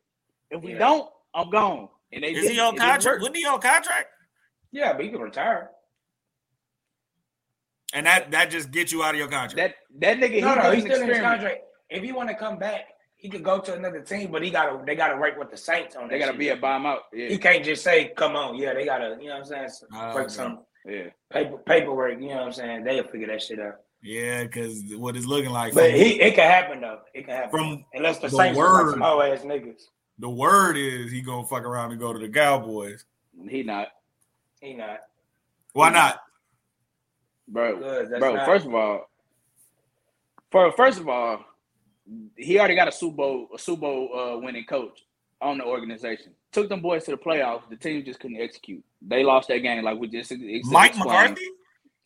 Speaker 3: If we
Speaker 1: Yeah.
Speaker 3: don't, I'm gone. And they
Speaker 2: Is he
Speaker 3: didn't.
Speaker 2: on
Speaker 3: It didn't
Speaker 2: contract?
Speaker 3: work.
Speaker 2: Wasn't he on contract?
Speaker 1: Yeah, but you can retire.
Speaker 2: And that that just gets you out of your contract.
Speaker 3: That that nigga
Speaker 1: No, no,
Speaker 3: he was
Speaker 1: he's
Speaker 3: an
Speaker 1: still in his
Speaker 3: experiment.
Speaker 1: contract. If he want to come back, he could go to another team, but he gotta they gotta work with the Saints on.
Speaker 3: They
Speaker 1: that
Speaker 3: gotta
Speaker 1: shit.
Speaker 3: be a bomb out. Yeah,
Speaker 1: He can't just say, "Come on, yeah." They gotta, you know what I'm saying?
Speaker 2: Oh,
Speaker 1: Work
Speaker 2: man.
Speaker 1: some
Speaker 3: yeah.
Speaker 1: paper paperwork. You know what I'm saying? They'll figure that shit out.
Speaker 2: yeah, because what it's looking like
Speaker 1: But
Speaker 2: from,
Speaker 1: he, it could happen though. It could happen
Speaker 2: from
Speaker 1: unless the,
Speaker 2: the
Speaker 1: Saints are
Speaker 2: word.
Speaker 1: some hoe ass niggas.
Speaker 2: the word is he gonna fuck around and go to the Cowboys.
Speaker 3: He not,
Speaker 1: He not
Speaker 2: Why not?
Speaker 3: bro.
Speaker 1: good. That's
Speaker 3: bro.
Speaker 1: not-
Speaker 3: First of all, for first of all, he already got a Super Bowl, a Super Bowl uh, winning coach on the organization. Took them boys to the playoffs. The team just couldn't execute. They lost that game, like we just ex- ex-
Speaker 2: Mike
Speaker 3: explained.
Speaker 2: McCarthy?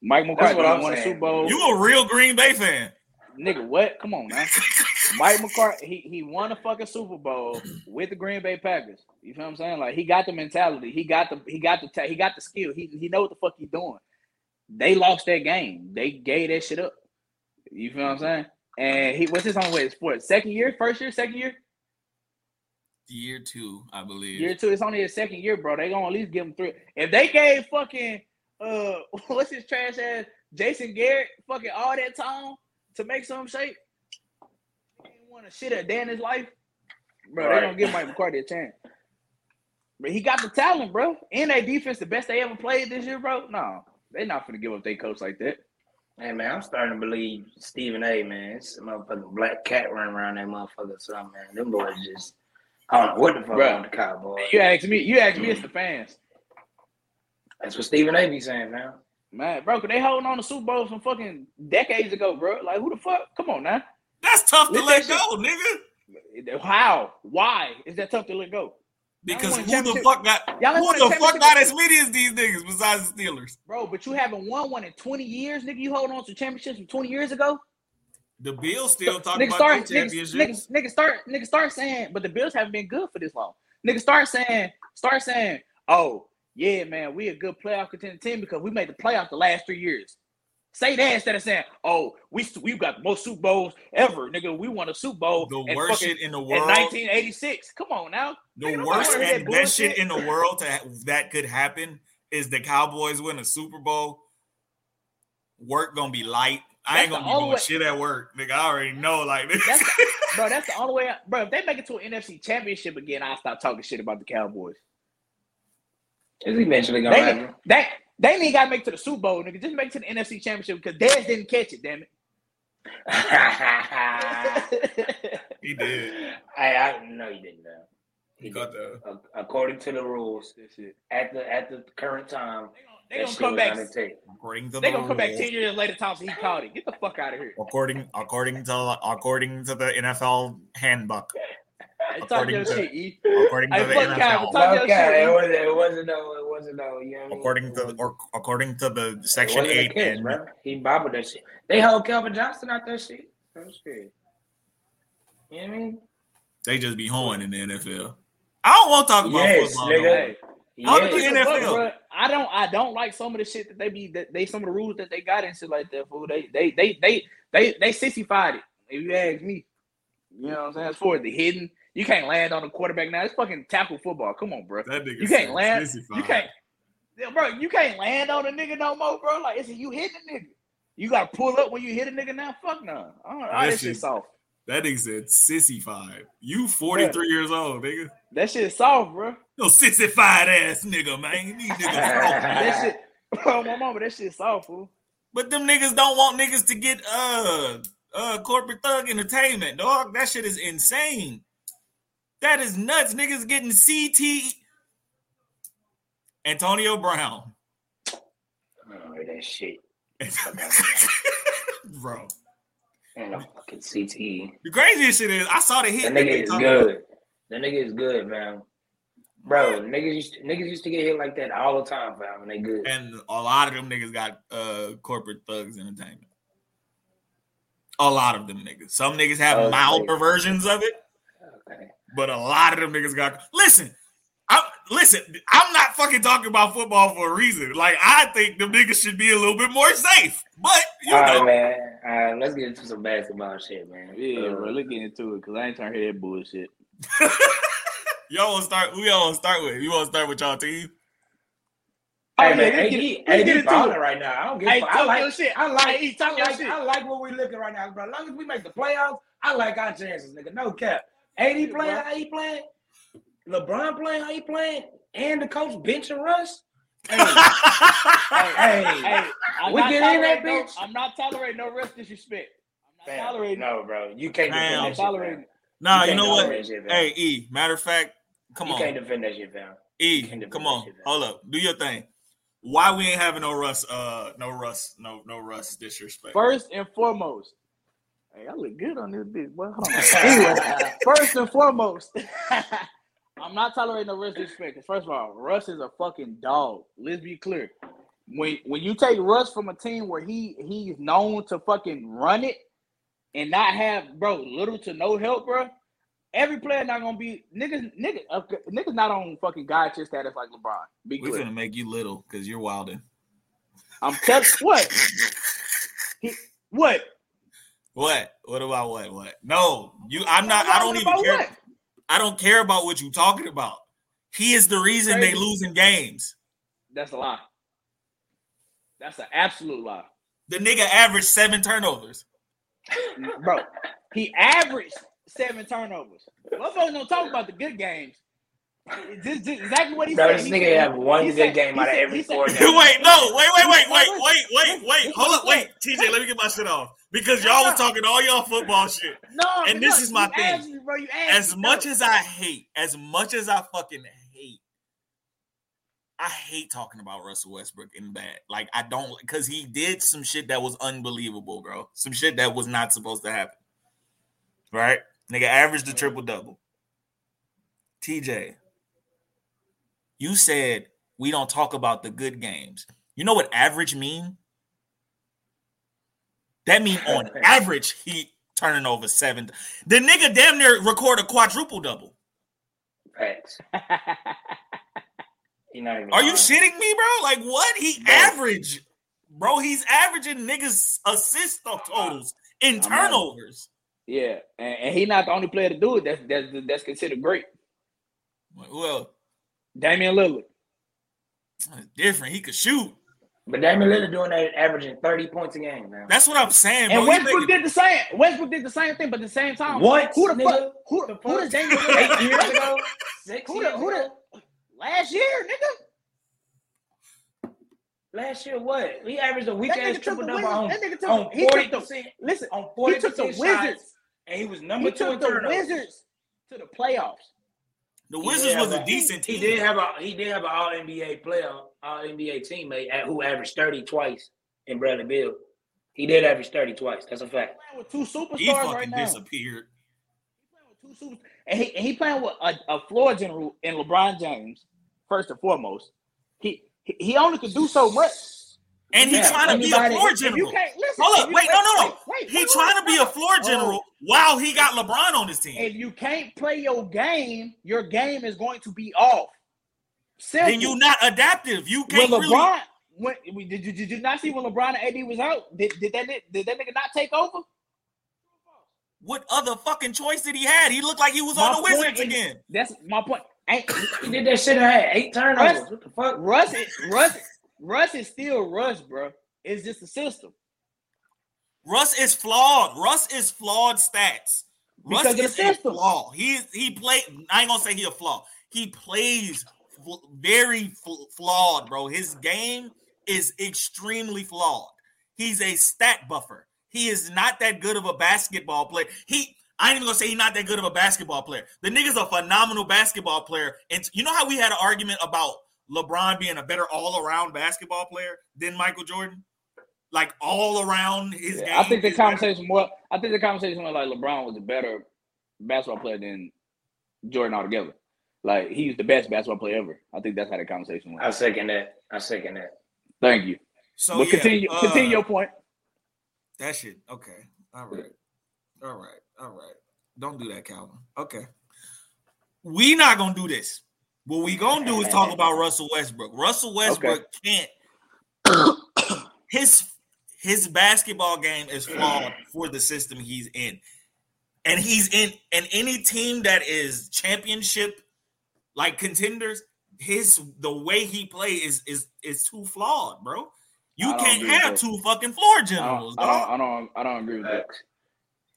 Speaker 3: Mike McCarthy
Speaker 1: what I'm
Speaker 3: won a
Speaker 1: saying.
Speaker 3: Super Bowl.
Speaker 2: You a real Green Bay fan.
Speaker 3: Nigga, what? Come on, man. Mike McCarthy, he, he won a fucking Super Bowl with the Green Bay Packers. You feel what I'm saying? Like he got the mentality, he got the he got the ta- he got the skill. He he know what the fuck he doing. They lost that game. They gave that shit up. You feel what I'm saying? And he what's his own way of sports? Second year, first year, second year,
Speaker 2: Year two, I believe.
Speaker 3: year two. It's only his second year, bro. They gonna at least give him three. If they gave fucking uh what's his trash ass Jason Garrett fucking all that time to make some shape, he ain't won a shit a day in his life. Bro,
Speaker 1: Right.
Speaker 3: they don't give Mike McCarthy a chance. But he got the talent, bro. And they defense, the best they ever played this year, bro. No, they not gonna give up their coach like that.
Speaker 1: Hey man, I'm starting to believe Stephen A. Man, it's a motherfucking black cat running around that motherfucker. So man, them boys just I don't know what the fuck
Speaker 3: Bruh.
Speaker 1: on the Cowboys.
Speaker 3: You ask me, you ask me, it's the fans,
Speaker 1: That's what Stephen A. be saying, man.
Speaker 3: man, bro. Cause they holding on to Super Bowl from fucking decades ago, bro. Like who the fuck? Come on now.
Speaker 2: That's tough to
Speaker 3: Let
Speaker 2: let
Speaker 3: that
Speaker 2: go,
Speaker 3: shit-
Speaker 2: nigga.
Speaker 3: How? Why is that tough to let go?
Speaker 2: Because
Speaker 3: want
Speaker 2: who
Speaker 3: a
Speaker 2: the
Speaker 3: championship.
Speaker 2: fuck got
Speaker 3: Y'all ain't
Speaker 2: who
Speaker 3: won a
Speaker 2: the fuck
Speaker 3: championship.
Speaker 2: got as many as these niggas besides the Steelers?
Speaker 3: Bro, but you haven't won one in 20 years, nigga. You hold on to championships from 20 years ago.
Speaker 2: The Bills still talking
Speaker 3: nigga,
Speaker 2: about
Speaker 3: start,
Speaker 2: their
Speaker 3: nigga,
Speaker 2: championships.
Speaker 3: nigga, nigga start nigga start saying, but the Bills haven't been good for this long. Nigga start saying, start saying, oh, yeah, man, we a good playoff contending team because we made the playoffs the last three years. Say that instead of saying, oh, we we got the most Super Bowls ever, nigga. We won a Super Bowl
Speaker 2: the
Speaker 3: in
Speaker 2: worst
Speaker 3: fucking-
Speaker 2: shit in the
Speaker 3: in
Speaker 2: world.
Speaker 3: 1986. Come on now.
Speaker 2: the
Speaker 3: nigga, nobody
Speaker 2: worst
Speaker 3: wanna hear
Speaker 2: and
Speaker 3: that
Speaker 2: best shit
Speaker 3: bullshit.
Speaker 2: in the world to ha- that could happen is the Cowboys win a Super Bowl. Work gonna be light. I ain't gonna
Speaker 3: That's the
Speaker 2: be doing
Speaker 3: only way-
Speaker 2: shit at work, nigga. I already know, like this.
Speaker 3: That's bro, that's the only way. I- bro, if they make it to an NFC championship again, I'll stop talking shit about the Cowboys.
Speaker 1: It's eventually gonna
Speaker 3: They,
Speaker 1: happen.
Speaker 3: they, they ain't got to make it to the Super Bowl, nigga. Just make it to the NFC championship because Dez didn't catch it, damn
Speaker 1: Ah.
Speaker 3: it.
Speaker 2: he did.
Speaker 1: I, I no, you didn't know.
Speaker 2: He got the
Speaker 1: According to the rules, at the at the current time,
Speaker 3: they
Speaker 1: that
Speaker 3: gonna
Speaker 1: shit
Speaker 3: come
Speaker 1: was
Speaker 3: back.
Speaker 1: not in tape.
Speaker 2: bring the
Speaker 3: They gonna come back
Speaker 2: rules.
Speaker 3: ten years later. Thompson, he caught it. Get the fuck out of here.
Speaker 2: according according to according to the NFL handbook.
Speaker 3: Hey, Talk your
Speaker 2: According to-
Speaker 3: shit, E.
Speaker 2: According to
Speaker 3: Hey,
Speaker 2: the NFL.
Speaker 3: fuck Talk
Speaker 1: No,
Speaker 3: your
Speaker 1: God,
Speaker 3: shit.
Speaker 1: it wasn't. It wasn't. No, it wasn't. No, you know what I mean?
Speaker 2: According to
Speaker 1: It
Speaker 2: the- or, according to the
Speaker 1: wasn't
Speaker 2: section
Speaker 1: a
Speaker 2: eight
Speaker 1: catch,
Speaker 2: and
Speaker 1: bro. He bobbled that shit. They hold Kelvin Johnson out that shit. That shit. You know what I mean?
Speaker 2: they just be hoeing in the NFL. I don't want to talk about
Speaker 1: Yes,
Speaker 2: football.
Speaker 1: nigga.
Speaker 2: no more.
Speaker 3: Hey,
Speaker 2: How the
Speaker 1: Yes.
Speaker 2: NFL?
Speaker 3: Fuck, bruh. I don't. I don't like some of the shit that they be. That they some of the rules that they got and shit like that. Fool. They they they they they they sissified it. If you ask me, you know what I'm saying. As far as the hidden, you can't land on the quarterback now. It's fucking tackle football. Come on, bro.
Speaker 2: That nigga
Speaker 3: You can't
Speaker 2: said
Speaker 3: land.
Speaker 2: sissified.
Speaker 3: You can't, Yeah, bro. You can't land on a nigga no more, bro. Like, it's you hitting a nigga. You gotta pull up when you hit a nigga now. Fuck no. I don't, all that
Speaker 2: Listen.
Speaker 3: shit soft.
Speaker 2: That nigga said sissy five. You 43 years old, nigga.
Speaker 3: That shit soft, bro.
Speaker 2: No sissy five ass nigga, man. These niggas soft.
Speaker 3: That shit. Bro, my mama, that shit soft, fool.
Speaker 2: But them niggas don't want niggas to get uh uh corporate thug entertainment, dog. That shit is insane. That is nuts. Niggas getting CT Antonio Brown.
Speaker 1: I don't know that shit.
Speaker 2: Bro,
Speaker 1: And the fucking E. CTE.
Speaker 2: the craziest shit is I saw the hit.
Speaker 1: That
Speaker 2: they
Speaker 1: nigga is
Speaker 2: talking-
Speaker 1: good. That nigga is good, man. Bro, niggas used, niggas used to get hit like that all the time, fam, and they good.
Speaker 2: And a lot of them niggas got uh corporate thugs entertainment. A lot of them niggas. Some niggas have
Speaker 1: Oh,
Speaker 2: mild
Speaker 1: yeah.
Speaker 2: perversions of it,
Speaker 1: Okay.
Speaker 2: but a lot of them niggas got. Listen, I'm listen. I'm not fucking talking about football for a reason. Like I think the niggas should be a little bit more safe. But you
Speaker 1: All right,
Speaker 2: know,
Speaker 1: man. All right, let's get into some basketball shit, man.
Speaker 3: Yeah,
Speaker 1: Uh,
Speaker 3: bro, look into it because I ain't trying to hear that bullshit.
Speaker 2: y'all want to start? Who y'all want to start with? You want to start with y'all team?
Speaker 1: Hey, man,
Speaker 3: Oh, yeah, let's
Speaker 1: AD,
Speaker 3: get- let's
Speaker 1: AD,
Speaker 3: get into
Speaker 1: balling
Speaker 3: it.
Speaker 1: right now. I don't give a
Speaker 3: Hey,
Speaker 1: fuck.
Speaker 3: talk
Speaker 1: I
Speaker 3: your
Speaker 1: like,
Speaker 3: shit.
Speaker 1: I like,
Speaker 3: Hey,
Speaker 1: I
Speaker 3: talk your
Speaker 1: like,
Speaker 3: shit.
Speaker 1: I like where we're looking right now, bro. As long as we make the playoffs, I like our chances, nigga. No cap. AD playing,
Speaker 3: bro.
Speaker 1: how he playing? LeBron playing, how he playing? And the coach benching Russ. Hey, hey,
Speaker 3: Hey, I'm
Speaker 1: We
Speaker 3: not
Speaker 1: get in that
Speaker 3: tolerating no-
Speaker 1: bitch.
Speaker 3: I'm not tolerating no rest disrespect. I'm
Speaker 1: fam,
Speaker 3: not tolerating.
Speaker 1: no, bro, you can't
Speaker 2: Damn.
Speaker 1: defend
Speaker 3: I'm
Speaker 1: that shit. fam.
Speaker 3: tolerating.
Speaker 1: You
Speaker 2: nah, you
Speaker 1: can't
Speaker 2: know what?
Speaker 1: defend that shit, fam.
Speaker 2: Hey, E. Matter of fact, come
Speaker 1: you
Speaker 2: on.
Speaker 1: can't defend that shit, fam.
Speaker 2: E,
Speaker 1: You can do
Speaker 2: come
Speaker 1: that
Speaker 2: on,
Speaker 1: shit, man.
Speaker 2: hold up, do your thing. Why we ain't having no Russ? Uh, no Russ, no no Russ disrespect.
Speaker 3: First and foremost, hey, I look good on this bitch, boy. Hold on. anyway, first and foremost, I'm not tolerating no Russ disrespect. 'cause First of all, Russ is a fucking dog. Let's be clear. When when you take Russ from a team where he he's known to fucking run it and not have bro little to no help, bro. Every player not gonna be niggas niggas uh, niggas not on fucking guy chest status like LeBron. Be
Speaker 2: we
Speaker 3: clear.
Speaker 2: gonna make you little because you're wilding.
Speaker 3: I'm telling what he, what
Speaker 2: What? What about what? What? No, you. I'm not. I don't
Speaker 3: What
Speaker 2: even
Speaker 3: about
Speaker 2: care.
Speaker 3: what?
Speaker 2: I don't care about what you talking about. He is the reason they
Speaker 3: Crazy.
Speaker 2: losing games.
Speaker 3: That's a lie. That's an absolute lie,
Speaker 2: The nigga averaged seven turnovers.
Speaker 3: bro. He averaged seven turnovers. Motherfuckers don't talk about the good games. It's just- just exactly what he
Speaker 1: Bro,
Speaker 3: said.
Speaker 1: this
Speaker 3: He
Speaker 1: nigga
Speaker 3: said-
Speaker 1: have one
Speaker 3: he
Speaker 1: good
Speaker 3: said-
Speaker 1: game
Speaker 3: he
Speaker 1: out of
Speaker 3: said-
Speaker 1: every
Speaker 3: he said-
Speaker 1: four
Speaker 2: wait,
Speaker 1: games.
Speaker 2: no, wait, wait, wait, wait, wait, wait, wait, wait. Hold up, wait, TJ. Let me get my shit off because y'all was talking all y'all football shit.
Speaker 3: No,
Speaker 2: And this is my
Speaker 3: you asked
Speaker 2: thing.
Speaker 3: me, bro, you asked
Speaker 2: as
Speaker 3: me,
Speaker 2: much
Speaker 3: no.
Speaker 2: as I hate, as much as I fucking hate, I hate talking about Russell Westbrook in bad. Like I don't because he did some shit that was unbelievable, bro. Some shit that was not supposed to happen. Right? Nigga averaged the triple double. TJ, you said we don't talk about the good games. You know what average mean? That mean on average he turning over seven. The nigga damn near record a quadruple double.
Speaker 1: Facts. He not even
Speaker 2: Are you
Speaker 1: lying.
Speaker 2: shitting me, bro? Like what? He
Speaker 1: Bro.
Speaker 2: average, bro. He's averaging niggas assist totals in
Speaker 3: I'm out.
Speaker 2: turnovers.
Speaker 3: yeah, and, and he not the only player to do it. That's that's that's considered great.
Speaker 2: Well,
Speaker 3: Damian Lillard.
Speaker 2: it's different. He could shoot.
Speaker 1: But Damian Lillard doing that, averaging thirty points a game, man.
Speaker 2: That's what I'm saying, bro.
Speaker 3: And
Speaker 2: He
Speaker 3: Westbrook
Speaker 2: making-
Speaker 3: did the same. Westbrook did the same thing, but at the same time,
Speaker 1: What,
Speaker 3: Who the
Speaker 1: nigga?
Speaker 3: fuck? Who,
Speaker 1: The
Speaker 3: who
Speaker 1: fuck?
Speaker 3: does Damian
Speaker 1: Eight
Speaker 3: Lillard?
Speaker 1: years ago, six
Speaker 3: Who the,
Speaker 1: years
Speaker 3: who the,
Speaker 1: ago.
Speaker 3: last year, nigga?
Speaker 1: Last year, what? He averaged a weak
Speaker 3: That
Speaker 1: ass
Speaker 3: nigga took
Speaker 1: triple
Speaker 3: the
Speaker 1: double
Speaker 3: Wizards.
Speaker 1: on
Speaker 3: That nigga
Speaker 1: on
Speaker 3: took, he
Speaker 1: forty
Speaker 3: took the,
Speaker 1: percent
Speaker 3: listen,
Speaker 1: on
Speaker 3: he
Speaker 1: forty
Speaker 3: took the
Speaker 1: percent shots,
Speaker 3: Wizards.
Speaker 1: and he was number
Speaker 3: He
Speaker 1: two in
Speaker 3: took the
Speaker 1: turnovers.
Speaker 3: Wizards to the playoffs.
Speaker 2: the
Speaker 1: He
Speaker 2: Wizards
Speaker 1: did
Speaker 2: was
Speaker 1: have
Speaker 2: a decent
Speaker 1: He
Speaker 2: team.
Speaker 1: did have a he did have an All NBA player, All NBA teammate at, who averaged thirty twice in Bradley Bill. He did average thirty twice. That's a fact.
Speaker 3: Playing with two
Speaker 2: He
Speaker 3: superstars right
Speaker 2: fucking
Speaker 3: now.
Speaker 2: disappeared.
Speaker 3: He playing with two super, and he and he playing with a, a floor general in LeBron James. First and foremost, he he- he only could do so much.
Speaker 2: And he
Speaker 1: Yeah,
Speaker 2: trying to be a
Speaker 1: anybody-
Speaker 2: floor
Speaker 1: if
Speaker 3: If you
Speaker 2: general.
Speaker 3: can't Oh. listen.
Speaker 2: Hold
Speaker 3: if
Speaker 2: up,
Speaker 3: you-
Speaker 2: wait, no, no, no.
Speaker 3: wait,
Speaker 2: He
Speaker 3: wait,
Speaker 2: trying to
Speaker 3: wait,
Speaker 2: be a floor general while he got LeBron on his team.
Speaker 3: If you can't play your game, your game is going to be off. Simple.
Speaker 2: Then you not adaptive. You
Speaker 3: when
Speaker 2: can't really.
Speaker 3: LeBron when we did you did you not see when LeBron and AD was out? Did, did that ni- did that nigga not take over?
Speaker 2: What other fucking choice did he had? He looked like he was on
Speaker 3: My
Speaker 2: the
Speaker 3: point
Speaker 2: Wizards
Speaker 3: is-
Speaker 2: again.
Speaker 3: That's my point. Ain't
Speaker 1: He did that shit. and had eight turnovers.
Speaker 3: Russ-
Speaker 1: What the fuck?
Speaker 3: Russ is Russ Russ is still Russ, bro. It's just the system.
Speaker 2: Russ is flawed. Russ is flawed stats. Russ
Speaker 3: Because of the
Speaker 2: is a
Speaker 3: system.
Speaker 2: flaw. He is- he play. I ain't gonna say he a flaw. He plays fl- very fl- flawed, bro. His game is extremely flawed. He's a stat buffer. He is not that good of a basketball player. He. I ain't even gonna say he's not that good of a basketball player. The nigga's a phenomenal basketball player. And you know how we had an argument about LeBron being a better all-around basketball player than Michael Jordan? like all around his
Speaker 3: Yeah,
Speaker 2: game.
Speaker 3: I think the
Speaker 2: is better.
Speaker 3: conversation more. I think the conversation was like LeBron was a better basketball player than Jordan altogether. Like he was the best basketball player ever. I think that's how the conversation
Speaker 1: I
Speaker 3: went.
Speaker 1: second that. I second that.
Speaker 3: Thank you.
Speaker 2: So
Speaker 3: but
Speaker 2: yeah,
Speaker 3: continue,
Speaker 2: uh,
Speaker 3: continue your point.
Speaker 2: That shit. Okay. All right. All right. All right. Don't do that, Calvin. Okay. We not gonna do this. What we gonna do is talk about Russell Westbrook. Russell Westbrook can't. His his basketball game is flawed for the system he's in, and he's in. And any team that is championship like contenders, his the way he play is is is too flawed, bro. You
Speaker 3: I don't
Speaker 2: can't
Speaker 3: agree with
Speaker 2: have
Speaker 3: that.
Speaker 2: two fucking floor
Speaker 3: I
Speaker 2: generals,
Speaker 3: don't, I
Speaker 2: dog.
Speaker 3: don't, I don't, I don't agree with that.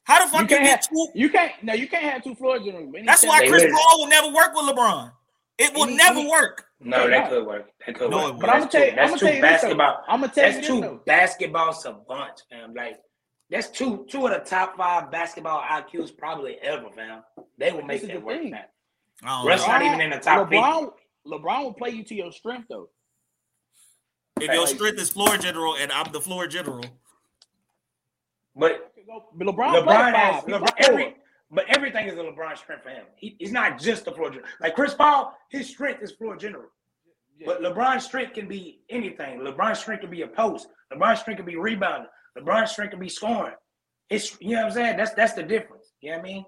Speaker 2: How the fuck you,
Speaker 3: can't
Speaker 2: get
Speaker 3: have-
Speaker 2: two?
Speaker 3: You can't. No, you can't have two floor generals. Any
Speaker 2: That's why
Speaker 1: They
Speaker 3: team-
Speaker 2: Chris
Speaker 1: win.
Speaker 2: Paul will never work with LeBron. It will
Speaker 1: He-
Speaker 2: never
Speaker 1: he-
Speaker 2: work.
Speaker 1: No, that could work. That could
Speaker 2: No, it
Speaker 1: work.
Speaker 2: won't.
Speaker 3: But I'm
Speaker 1: That's
Speaker 3: gonna tell
Speaker 1: two-
Speaker 3: you. I'm gonna
Speaker 1: That's
Speaker 3: tell
Speaker 1: two
Speaker 3: you this.
Speaker 1: basketball.
Speaker 3: I'm gonna tell you
Speaker 1: That's
Speaker 3: this.
Speaker 1: two
Speaker 3: Though.
Speaker 1: basketball savants, fam. Like that's two two of the top five basketball IQs probably ever, fam. They will make
Speaker 3: This is
Speaker 1: that
Speaker 3: the
Speaker 1: work,
Speaker 3: thing.
Speaker 1: fam.
Speaker 2: I don't
Speaker 1: Russ
Speaker 2: know.
Speaker 1: not even in the top
Speaker 3: LeBron, LeBron will play you to your strength though.
Speaker 2: If your strength is floor general and I'm the floor general,
Speaker 1: But
Speaker 3: But LeBron,
Speaker 1: LeBron
Speaker 3: LeBron
Speaker 1: has
Speaker 3: five.
Speaker 1: LeBron, every, but everything is a LeBron strength for him. He, he's not just a floor general. Like Chris Paul, his strength is floor general. But LeBron's strength can be anything. LeBron's strength can be a post. LeBron's strength can be rebounding. LeBron's strength can be scoring. It's you know what I'm saying. That's that's the difference. You know what I mean?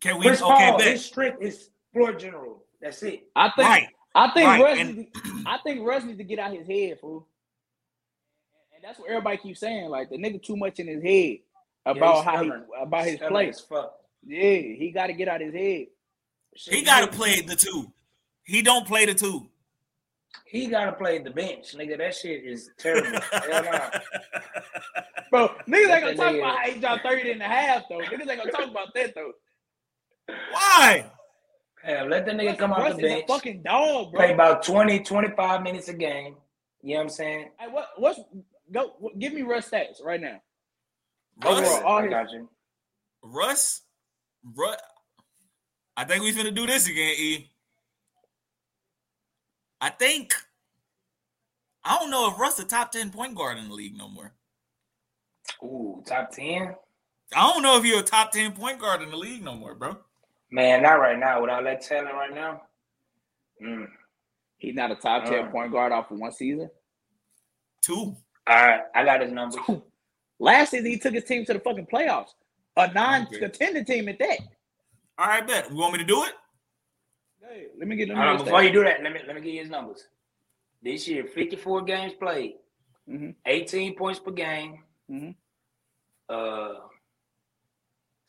Speaker 2: can we?
Speaker 1: Chris
Speaker 2: okay,
Speaker 1: Paul, his
Speaker 2: bet.
Speaker 1: strength is floor general. That's it.
Speaker 3: I think.
Speaker 2: Right.
Speaker 3: I think
Speaker 2: Right,
Speaker 3: Russ.
Speaker 2: and-
Speaker 3: needs to- I think Russ needs to get out his head, fool. And, and that's what everybody keeps saying. Like the nigga too much in his head about
Speaker 1: he's
Speaker 3: how he
Speaker 1: stubborn.
Speaker 3: about his
Speaker 1: Stubborn
Speaker 3: play.
Speaker 1: as fuck.
Speaker 3: Yeah, he got to get out his head.
Speaker 1: Shit,
Speaker 2: He gotta play the two. He don't play the two.
Speaker 1: He gotta play the bench, nigga. That shit is terrible. Hell nah.
Speaker 3: Bro, niggas ain't
Speaker 1: That's that
Speaker 3: gonna talk
Speaker 1: nigga.
Speaker 3: about how he dropped 30 and a half, though. Niggas ain't gonna talk about that, though.
Speaker 2: Why?
Speaker 1: Hell, let the nigga
Speaker 3: Russ,
Speaker 1: come out
Speaker 3: Russ
Speaker 1: the
Speaker 3: is a
Speaker 1: bench.
Speaker 3: fucking dog, bro.
Speaker 1: Play about 20, 25 minutes a game. You know what I'm saying?
Speaker 3: Hey, what, what's go? What, give me Russ stats right now.
Speaker 2: Russ,
Speaker 3: Overall. all
Speaker 1: I
Speaker 3: his-
Speaker 1: got you.
Speaker 2: Russ, Russ. I think we're gonna do this again, E. I think. I don't know if Russ the top ten point guard in the league no more.
Speaker 1: Ooh, top ten.
Speaker 2: I don't know if you're a top ten point guard in the league no more, bro.
Speaker 1: Man, not right now. With all that talent right now. Mm.
Speaker 3: He's not a top ten
Speaker 1: Uh.
Speaker 3: point guard off of one season.
Speaker 2: Two.
Speaker 1: All right, I got his number.
Speaker 3: Last season, he took his team to the fucking playoffs. A non-contender team at that.
Speaker 2: All right, bet. You want me to do it?
Speaker 3: Hey, let me get let me
Speaker 1: Hold on,
Speaker 3: get
Speaker 1: before
Speaker 3: stats.
Speaker 1: you do that, let me let me give you his numbers. This year, 54 games played,
Speaker 3: Mhm.
Speaker 1: 18 points per game,
Speaker 3: Mhm.
Speaker 1: uh,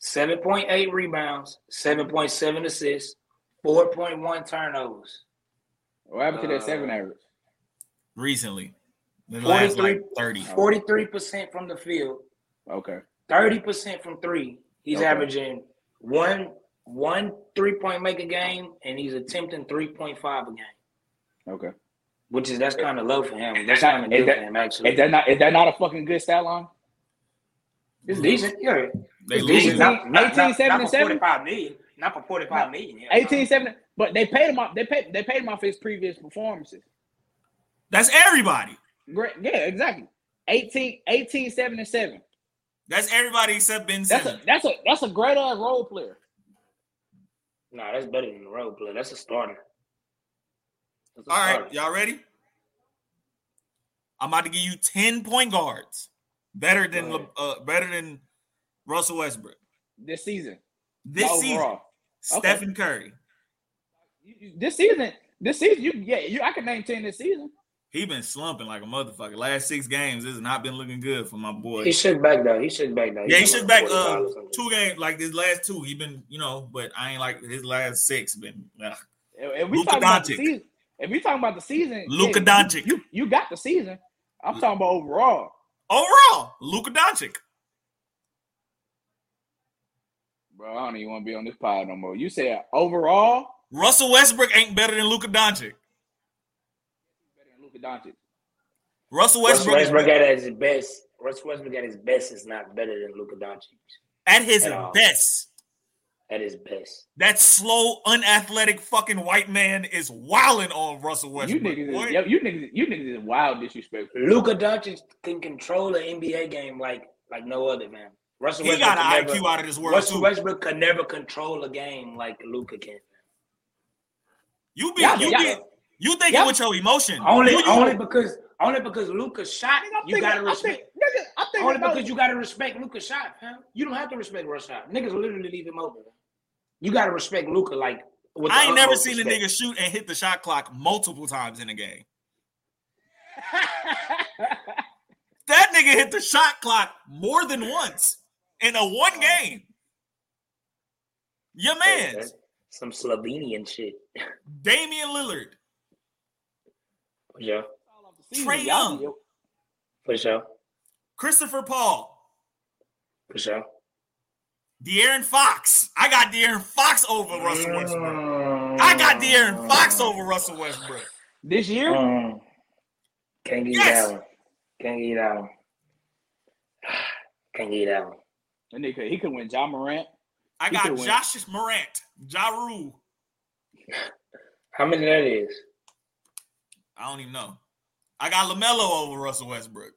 Speaker 1: 7.8 rebounds, 7.7 assists, 4.1 turnovers,
Speaker 3: What happened to that seven
Speaker 1: Uh,
Speaker 3: average?
Speaker 2: Recently. The last like
Speaker 1: 43.
Speaker 2: 30.
Speaker 1: 43% from the field,
Speaker 3: Okay.
Speaker 1: 30% from three. He's
Speaker 3: Okay.
Speaker 1: averaging one one three point make a game, and he's attempting 3.5 a game,
Speaker 3: Okay.
Speaker 1: which is that's kind of low for him. That's kind of
Speaker 3: Is
Speaker 1: good
Speaker 3: that-
Speaker 1: for him, actually.
Speaker 3: Is that not is that not a fucking good stat line?
Speaker 1: It's decent. Yeah.
Speaker 2: They
Speaker 1: It's
Speaker 2: lose.
Speaker 1: decent. Not, not, not,
Speaker 3: 18,
Speaker 1: not for
Speaker 3: 77?
Speaker 1: 45 million. Not for 45 million. yeah.
Speaker 3: 18 7 but they paid him off they paid they paid him off his previous performances.
Speaker 2: That's everybody.
Speaker 3: Great. Yeah, exactly. 18, 18 7 and 7.
Speaker 2: That's everybody except Ben
Speaker 3: That's a
Speaker 2: Simmons.
Speaker 3: that's a that's a great ass role player.
Speaker 1: No, that's better than the road player. That's a starter. That's a
Speaker 2: All right,
Speaker 1: starter.
Speaker 2: y'all ready? I'm about to give you 10 point guards. Better than
Speaker 1: Go ahead.
Speaker 2: uh, better than Russell Westbrook.
Speaker 3: This season.
Speaker 2: This season,
Speaker 3: overall. Okay.
Speaker 2: Stephen Curry.
Speaker 3: You- you- This season, this season, you yeah, you I can name 10 this season.
Speaker 2: He been slumping like a motherfucker. Last six games, this has not been looking good for my boy.
Speaker 1: He shook back though. He shook back though.
Speaker 2: Yeah, he shook back uh,
Speaker 1: $45 or something.
Speaker 2: two games, like his last two. He been, you know, but I ain't like his last six been. uh, ugh.
Speaker 3: If if we
Speaker 2: Luka
Speaker 3: talking about the
Speaker 2: Doncic.
Speaker 3: season, if we talking about the season,
Speaker 2: Luka
Speaker 3: yeah,
Speaker 2: Doncic.
Speaker 3: You, you got the season. I'm talking about overall.
Speaker 2: Overall, Luka Doncic.
Speaker 3: Bro, I don't even want to be on this pod no more. You said overall
Speaker 2: Russell Westbrook ain't better than Luka Doncic.
Speaker 3: better than Luka Doncic.
Speaker 1: Russell
Speaker 2: Russell Westbrook, is
Speaker 1: Westbrook
Speaker 2: better-
Speaker 1: at his best. Russell Westbrook at his best is not better than Luka Doncic.
Speaker 2: at his
Speaker 1: at all.
Speaker 2: best
Speaker 1: at his best.
Speaker 2: That slow, unathletic fucking white man is wilding on Russell
Speaker 3: You
Speaker 2: Westbrook.
Speaker 3: niggas,
Speaker 2: boy.
Speaker 3: is, yo, you niggas, you niggas is wild disrespectful.
Speaker 1: Luka Doncic can control an NBA game like like no other man. Russell
Speaker 2: he
Speaker 1: Westbrook
Speaker 2: got
Speaker 1: can
Speaker 2: an
Speaker 1: never,
Speaker 2: IQ out of this world
Speaker 1: Russell
Speaker 2: too.
Speaker 1: Westbrook could never control a game like Luka can.
Speaker 2: you be,
Speaker 3: Y'all-
Speaker 2: you
Speaker 3: y'all-
Speaker 2: be, you thinking
Speaker 3: y'all-
Speaker 2: with your emotion.
Speaker 1: Only
Speaker 2: you, you-
Speaker 1: only because only because Luka shot, you gotta respect.
Speaker 3: nigga, I'm
Speaker 1: Only because you gotta respect Luca's shot, huh? You don't have to respect Russ shot. Niggas literally leave him open. You gotta respect Luca like. With the
Speaker 2: I ain't never
Speaker 1: utmost
Speaker 2: seen a
Speaker 1: respect.
Speaker 2: nigga shoot and hit the shot clock multiple times in a game. That nigga hit the shot clock more than once in a one game. Your
Speaker 1: Hey,
Speaker 2: man,
Speaker 1: that's Some Slovenian shit.
Speaker 2: Damian Lillard.
Speaker 1: For sure.
Speaker 2: Trae
Speaker 3: Y'all-
Speaker 2: Young.
Speaker 1: For sure.
Speaker 2: Christopher Paul,
Speaker 1: For sure.
Speaker 2: De'Aaron Fox. I got De'Aaron Fox over Russell Westbrook.
Speaker 1: Mm.
Speaker 2: I got De'Aaron Fox over Russell Westbrook.
Speaker 3: This year,
Speaker 1: Mm. Can't get
Speaker 2: Yes!
Speaker 1: that one. Can't get that one. Can't get that one.
Speaker 3: that nigga, he could win John Morant.
Speaker 2: I
Speaker 3: He
Speaker 2: got
Speaker 3: could win.
Speaker 2: Josh Morant, Ja Rule.
Speaker 1: How many that is?
Speaker 2: I don't even know. I got LaMelo over Russell Westbrook.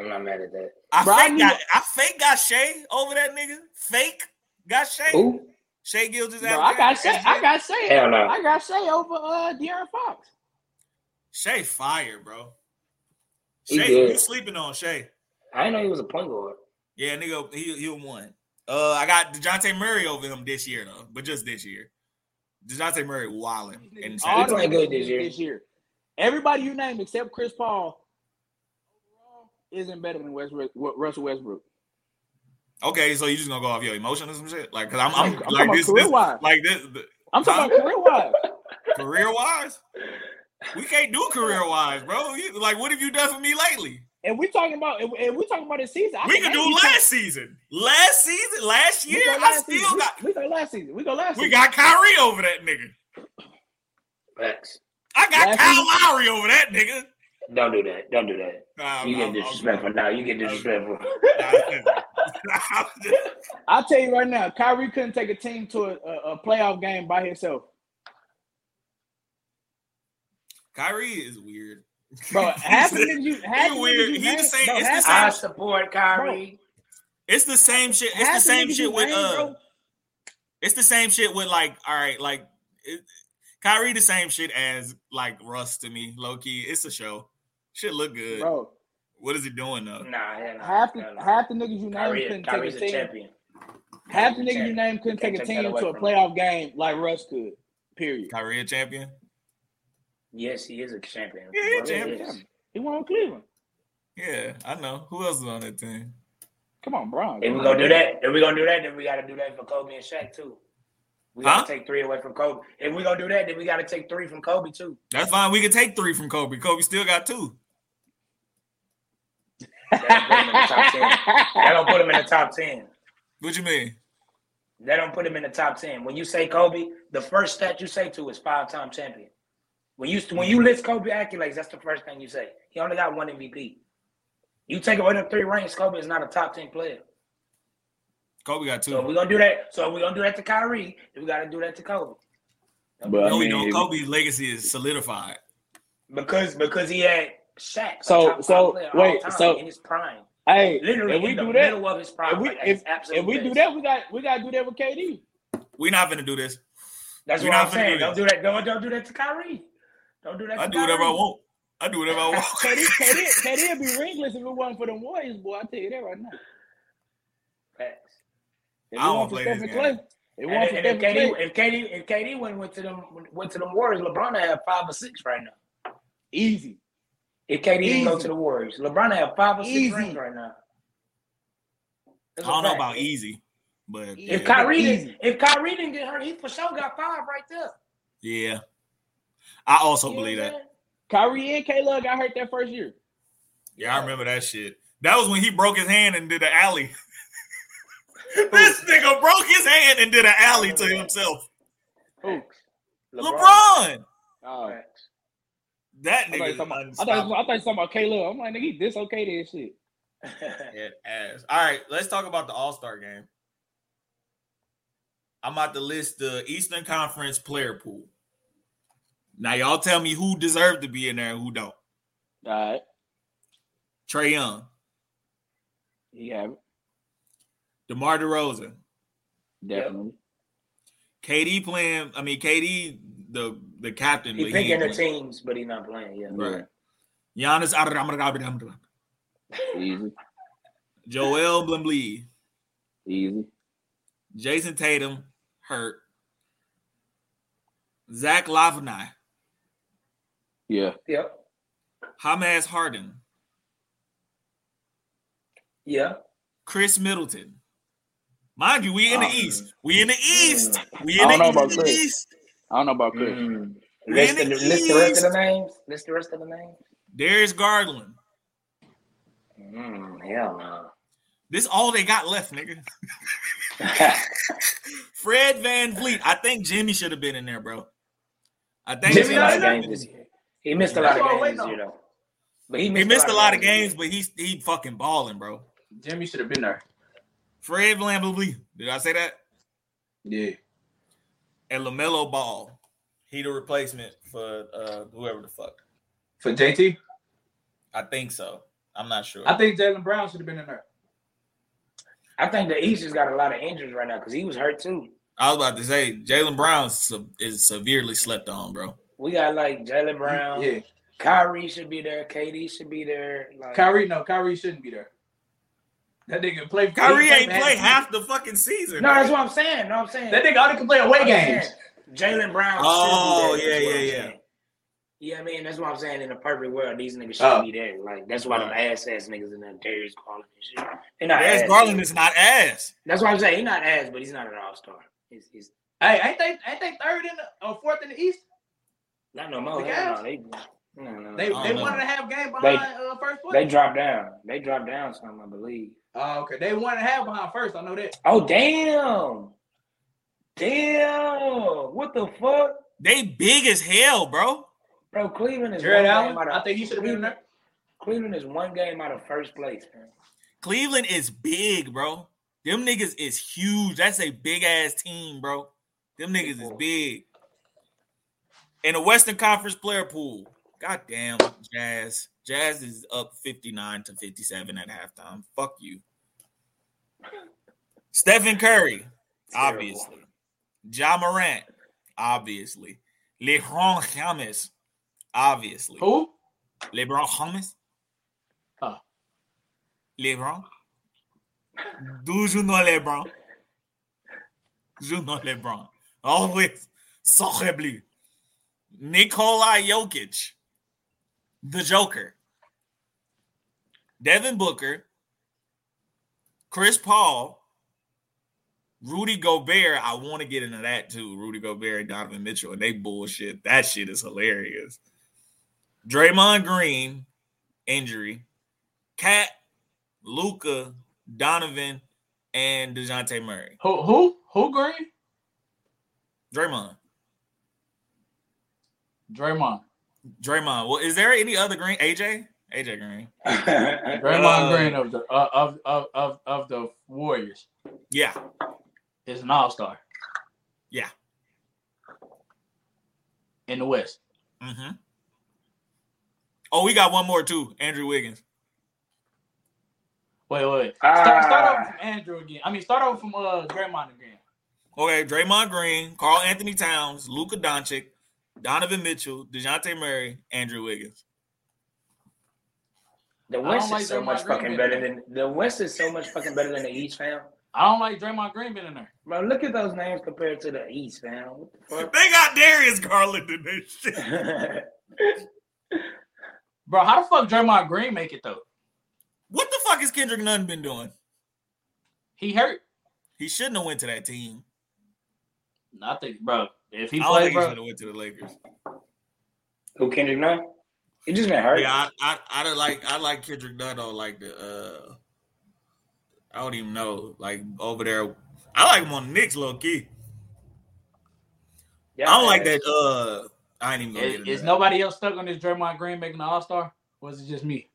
Speaker 1: I'm not mad at that.
Speaker 2: I
Speaker 3: Bro, I
Speaker 2: fake
Speaker 3: knew-
Speaker 2: got I fake got Shea over that nigga. Fake got Shea.
Speaker 1: Who?
Speaker 2: Shea Gilgis
Speaker 3: Bro, I got Shay. I got Shay.
Speaker 1: Hell no.
Speaker 3: I got Shay over uh De'Aaron Fox.
Speaker 2: Shea fire, bro.
Speaker 1: He
Speaker 2: Shea,
Speaker 1: good.
Speaker 2: you sleeping on Shea.
Speaker 1: I didn't know he was a point guard.
Speaker 2: Yeah, nigga, he he won. Uh, I got Dejounte Murray over him this year though, but just this year. Dejounte Murray wilding and
Speaker 3: All
Speaker 1: playing
Speaker 3: them
Speaker 1: good this
Speaker 3: niggas
Speaker 1: year.
Speaker 3: This year, everybody you name except Chris Paul isn't better than Westbrook, Russell Westbrook.
Speaker 2: okay, so you just gonna go off your emotion or some shit, like because I'm,
Speaker 3: I'm,
Speaker 2: I'm,
Speaker 3: I'm talking
Speaker 2: like
Speaker 3: about
Speaker 2: this,
Speaker 3: career
Speaker 2: this
Speaker 3: wise.
Speaker 2: like this the,
Speaker 3: I'm talking about career wise.
Speaker 2: career wise. We can't do career wise, bro. You- like, what have you done for me lately?
Speaker 3: And we talking about and and we talking about this season. I
Speaker 2: we can do
Speaker 3: actually-
Speaker 2: last season, last season, last
Speaker 3: we
Speaker 2: year.
Speaker 3: go
Speaker 2: I
Speaker 3: last
Speaker 2: still
Speaker 3: season.
Speaker 2: got
Speaker 3: We, we go last season. We go last
Speaker 2: we
Speaker 3: season.
Speaker 2: got Kyrie over that nigga.
Speaker 1: Facts.
Speaker 2: I got
Speaker 3: Last
Speaker 2: Kyle
Speaker 3: season-
Speaker 2: Lowry over that nigga.
Speaker 1: Don't do that. Don't do that.
Speaker 2: Nah,
Speaker 1: You
Speaker 2: I'm-
Speaker 1: get
Speaker 2: I'm- I'm-
Speaker 1: disrespectful. Now you get disrespectful.
Speaker 2: I'm just-
Speaker 3: I'll tell you right now, Kyrie couldn't take a team to a, a, a playoff game by himself.
Speaker 2: Kyrie is weird.
Speaker 3: Bro, half of the niggas you half
Speaker 2: He
Speaker 3: of the
Speaker 2: weird.
Speaker 3: niggas you
Speaker 2: He the
Speaker 3: named-
Speaker 2: same-
Speaker 3: bro,
Speaker 2: it's the
Speaker 3: half-
Speaker 2: same-
Speaker 1: I support Kyrie.
Speaker 2: It's the same shit. It's
Speaker 3: half
Speaker 2: the same
Speaker 3: niggas
Speaker 2: shit
Speaker 3: you
Speaker 2: with
Speaker 3: named,
Speaker 2: uh.
Speaker 3: bro,
Speaker 2: It's the same shit with like. All right, like it, Kyrie, the same shit as like Russ to me. Low key, it's a show. Shit look good.
Speaker 3: bro. Mm.
Speaker 2: What is he doing though?
Speaker 1: Nah, hell no.
Speaker 3: Half the
Speaker 1: Hell no.
Speaker 3: half the niggas you named
Speaker 1: Kyrie,
Speaker 3: couldn't
Speaker 1: Kyrie's a
Speaker 3: take a team.
Speaker 1: champion. Kyrie's
Speaker 3: Half the
Speaker 1: a
Speaker 3: niggas you
Speaker 1: champion.
Speaker 3: named couldn't take a
Speaker 1: Can't take that
Speaker 3: team
Speaker 1: away
Speaker 3: to a
Speaker 1: from him.
Speaker 3: playoff game like Russ could. Period.
Speaker 2: Kyrie a champion?
Speaker 1: Yes, he is a champion.
Speaker 2: Yeah, he a
Speaker 1: Bro,
Speaker 2: champion.
Speaker 1: yes.
Speaker 3: He won with Cleveland.
Speaker 2: Yeah, I know. Who else is on that team?
Speaker 3: Come on, Bron.
Speaker 1: If we're gonna do that, if we're gonna do that, then we gotta do that for Kobe and Shaq too. We gotta
Speaker 2: Huh?
Speaker 1: take three away from Kobe. If we're gonna do that, then we gotta take three from Kobe too.
Speaker 2: That's fine. We can take three from Kobe. Kobe still got two.
Speaker 1: That don't put him in the top ten. That don't put him in the top ten.
Speaker 2: What you mean?
Speaker 1: That don't put him in the top ten. When you say Kobe, the first stat you say to is five-time champion. When you when you list Kobe accolades, that's the first thing you say. He only got one MVP. You take away them three rings, Kobe is not a top ten player.
Speaker 2: Kobe got
Speaker 1: So if we're
Speaker 2: two.
Speaker 1: gonna do that, so if we're gonna do that to Kyrie, then we gotta do that to Kobe.
Speaker 3: But, I
Speaker 2: No, we
Speaker 3: mean,
Speaker 2: don't.
Speaker 3: if-
Speaker 2: Kobe's legacy is solidified.
Speaker 1: Because because he had Shaq. a
Speaker 3: So-
Speaker 1: top
Speaker 3: so,
Speaker 1: player
Speaker 3: wait,
Speaker 1: all time
Speaker 3: so-
Speaker 1: in his prime,
Speaker 3: Hey,
Speaker 1: literally
Speaker 3: if we
Speaker 1: in the
Speaker 3: do that,
Speaker 1: middle of his prime.
Speaker 3: if we
Speaker 1: like, at
Speaker 3: if,
Speaker 1: his absolute
Speaker 3: if we do
Speaker 1: best.
Speaker 3: that, we got we got to do that with KD.
Speaker 2: We're not gonna do this.
Speaker 1: that's
Speaker 2: we
Speaker 1: what
Speaker 2: not
Speaker 1: I'm
Speaker 2: finna
Speaker 1: saying.
Speaker 2: do
Speaker 1: Don't do that. Don't don't do that to Kyrie. Don't do that.
Speaker 2: I
Speaker 1: to
Speaker 2: do whatever I
Speaker 1: Kyrie.
Speaker 2: want. I do whatever I want.
Speaker 3: KD, KD, KD would be ringless if it wasn't for the Warriors, boy. I tell you that right now.
Speaker 1: Facts.
Speaker 3: If
Speaker 2: I
Speaker 3: it
Speaker 2: don't
Speaker 3: wasn't for
Speaker 2: play this
Speaker 3: Stephen
Speaker 2: game.
Speaker 3: Clay, it
Speaker 1: And,
Speaker 3: wasn't for
Speaker 1: and if
Speaker 3: Stephen
Speaker 1: KD,
Speaker 3: Clay.
Speaker 1: if KD, if KD went went to them went to them Warriors, LeBron had five or six right now.
Speaker 3: Easy.
Speaker 1: If KD didn't go
Speaker 3: Easy.
Speaker 1: to the Warriors, LeBron had five or six
Speaker 3: Easy.
Speaker 1: rings right now.
Speaker 2: I
Speaker 1: That's a
Speaker 2: don't know
Speaker 1: fact.
Speaker 2: about easy, but
Speaker 3: If
Speaker 1: If
Speaker 2: yeah.
Speaker 1: Kyrie,
Speaker 3: Easy.
Speaker 1: didn't, if Kyrie didn't get hurt, he for sure got five right there.
Speaker 2: Yeah. I also
Speaker 1: You know
Speaker 2: believe
Speaker 1: what I'm
Speaker 2: that.
Speaker 1: saying?
Speaker 3: Kyrie and K Love got hurt that first year.
Speaker 2: Yeah, I remember that shit. That was when he broke his hand and did an alley. this nigga broke his hand and did an alley to himself.
Speaker 3: Who?
Speaker 2: LeBron.
Speaker 3: Oh, I
Speaker 1: Facts.
Speaker 2: That
Speaker 3: thought you
Speaker 2: nigga
Speaker 3: was talking about- I thought you was- I thought you was talking about K Love. I'm like, nigga, he dislocated his shit.
Speaker 2: ass. All right, let's talk about the All Star game. I'm about to list the Eastern Conference player pool. Now y'all tell me who deserve to be in there and who don't.
Speaker 3: All right.
Speaker 2: Trey Young,
Speaker 3: You have it.
Speaker 2: DeMar DeRozan,
Speaker 3: Definitely.
Speaker 2: KD playing. I mean KD the the captain.
Speaker 1: He
Speaker 2: but
Speaker 1: picking
Speaker 2: ain't
Speaker 1: the
Speaker 2: playing.
Speaker 1: teams, but he not playing. Yeah.
Speaker 2: Right. Giannis Adramagabram,
Speaker 3: Easy.
Speaker 2: Joel Blimbley,
Speaker 3: Easy.
Speaker 2: Jason Tatum, hurt. Zach Lavanai,
Speaker 3: Yeah.
Speaker 1: Yep.
Speaker 2: Hamas Harden,
Speaker 1: Yeah.
Speaker 2: Chris Middleton. Mind you, we in the
Speaker 3: Oh,
Speaker 2: East. We in the East. We
Speaker 3: I
Speaker 2: in
Speaker 3: don't know about
Speaker 2: the
Speaker 3: Chris.
Speaker 2: East.
Speaker 3: I don't know about Chris.
Speaker 1: Mm. List, the, list the rest of the names. List the rest of the names.
Speaker 2: Darius Garland.
Speaker 1: Mm, hell
Speaker 2: This all they got left, nigga.
Speaker 1: no.
Speaker 2: Fred Van Vliet. I think Jimmy should have been in there, bro. I think
Speaker 1: He missed
Speaker 4: Jimmy
Speaker 1: a
Speaker 4: Oh,
Speaker 1: lot of
Speaker 4: Butler?
Speaker 1: games this year. He missed a lot of
Speaker 4: That's what I'm
Speaker 1: games this
Speaker 4: waiting
Speaker 1: year, though. But he
Speaker 2: He missed a lot of games,
Speaker 1: this
Speaker 2: but he's he fucking balling, bro.
Speaker 4: Jimmy should have been there.
Speaker 2: Fred Van Vliet. Did I say that?
Speaker 4: Yeah.
Speaker 2: And LaMelo Ball. He the replacement for uh whoever the fuck.
Speaker 4: For JT,
Speaker 2: I think so. I'm not sure.
Speaker 4: I think Jalen Brown should have been in there.
Speaker 1: year. I think the East has got a lot of injuries right now because he was hurt too.
Speaker 2: I was about to say Jalen Brown se- is severely slept on, bro.
Speaker 1: We got like Jalen Brown,
Speaker 4: Yeah.
Speaker 1: Kyrie should be there, KD should be there. Like,
Speaker 4: Kyrie, no, Kyrie shouldn't be there. That nigga play. he
Speaker 2: Kyrie ain't
Speaker 4: for
Speaker 2: played
Speaker 4: half-
Speaker 2: half the fucking season.
Speaker 1: No, that's what I'm saying. No, I'm saying
Speaker 4: That nigga only can play away
Speaker 1: I'm saying
Speaker 4: games.
Speaker 1: Jalen Brown.
Speaker 2: Oh,
Speaker 1: should be there, is
Speaker 2: yeah,
Speaker 1: what I'm
Speaker 2: yeah, yeah.
Speaker 1: saying. Yeah, I mean that's what I'm saying. In a perfect world, these niggas should
Speaker 4: Oh.
Speaker 1: be there. Like that's why them ass ass niggas in there, Darius Garland and shit. They're not
Speaker 2: Darius
Speaker 1: ass.
Speaker 2: Garland is not ass.
Speaker 1: That's what I'm saying. He's not ass, but he's not an all star. He's, he's
Speaker 4: Hey, ain't they ain't they third in the or fourth in the East?
Speaker 1: Not no more.
Speaker 4: The
Speaker 1: Hell
Speaker 4: Cavs?
Speaker 1: no, they, no, no. They,
Speaker 4: They they
Speaker 2: don't know.
Speaker 4: one and a half game behind
Speaker 1: They-
Speaker 4: uh, first
Speaker 1: they
Speaker 4: place.
Speaker 1: dropped down. They dropped down some, I believe.
Speaker 4: Oh, okay. They one and a half behind first. I know that.
Speaker 1: Oh damn. Damn. What the fuck?
Speaker 2: They big as hell, bro.
Speaker 1: Bro, Cleveland is
Speaker 4: Jared
Speaker 1: one
Speaker 4: Allen,
Speaker 1: game out of,
Speaker 4: I think he should have been in there.
Speaker 1: Cleveland is one game out of first place, man.
Speaker 2: Cleveland is big, bro. Them niggas is huge. That's a big ass team, bro. Them niggas is big. In the Western Conference player pool, goddamn Jazz. Jazz is up 59 to 57 at halftime. Fuck you. Stephen Curry,
Speaker 1: Terrible.
Speaker 2: obviously. Ja Morant, obviously. LeBron James, obviously.
Speaker 4: Who?
Speaker 2: LeBron James.
Speaker 4: Huh.
Speaker 2: LeBron. Do you know LeBron? You know LeBron. Always. Sacrebleu. Nikola Jokic. The Joker. Devin Booker. Chris Paul. Rudy Gobert, I want to get into that too. Rudy Gobert and Donovan Mitchell, and they bullshit. That shit is hilarious. Draymond Green injury, Cat, Luca, Donovan, and Dejounte Murray.
Speaker 4: Who? Who? Who? Green?
Speaker 2: Draymond,
Speaker 4: Draymond.
Speaker 2: Draymond. Well, is there any other Green? AJ, AJ Green.
Speaker 4: Draymond
Speaker 2: Uh,
Speaker 4: Green of the uh, of, of of of the Warriors
Speaker 2: Yeah,
Speaker 4: is an All Star.
Speaker 2: Yeah.
Speaker 4: In the West.
Speaker 2: Mm-hmm. Oh, we got one more too. Andrew Wiggins.
Speaker 4: Wait, wait. wait.
Speaker 1: Ah.
Speaker 4: Start, start over from Andrew again. I mean, start over from uh Draymond again.
Speaker 2: Okay, Draymond Green, Carl Anthony Towns, Luka Doncic, Donovan Mitchell, Dejounte Murray, Andrew Wiggins.
Speaker 1: The
Speaker 4: don't
Speaker 1: West
Speaker 4: like
Speaker 1: is so
Speaker 4: Draymond
Speaker 1: much
Speaker 4: Green
Speaker 1: fucking
Speaker 4: being
Speaker 1: better
Speaker 4: there.
Speaker 1: than the West is so much fucking better than the East, fam.
Speaker 4: I don't like Draymond Green being in there.
Speaker 1: Bro, look at those names compared to the East, fam. What the
Speaker 2: They
Speaker 1: fuck?
Speaker 2: got Darius Garland in this shit.
Speaker 4: Bro, how the fuck Draymond Green make it though?
Speaker 2: What the fuck has Kendrick Nunn been doing?
Speaker 4: He hurt.
Speaker 2: He shouldn't have went to that team.
Speaker 4: I think, bro, if he
Speaker 2: I don't
Speaker 4: played,
Speaker 2: think he
Speaker 4: bro,
Speaker 2: should have went to the Lakers.
Speaker 1: Who Kendrick Nunn? He just been hurt.
Speaker 2: Yeah, I, I, I don't like I like Kendrick Nunn on like the uh I don't even know like over there. I like him on the Knicks low key. I
Speaker 1: Yeah,
Speaker 2: don't like
Speaker 1: man.
Speaker 2: that. Uh, I ain't even gonna get
Speaker 4: is,
Speaker 2: into
Speaker 4: is
Speaker 2: that.
Speaker 4: nobody else stuck on this Draymond Green making the All Star? Or is it just me?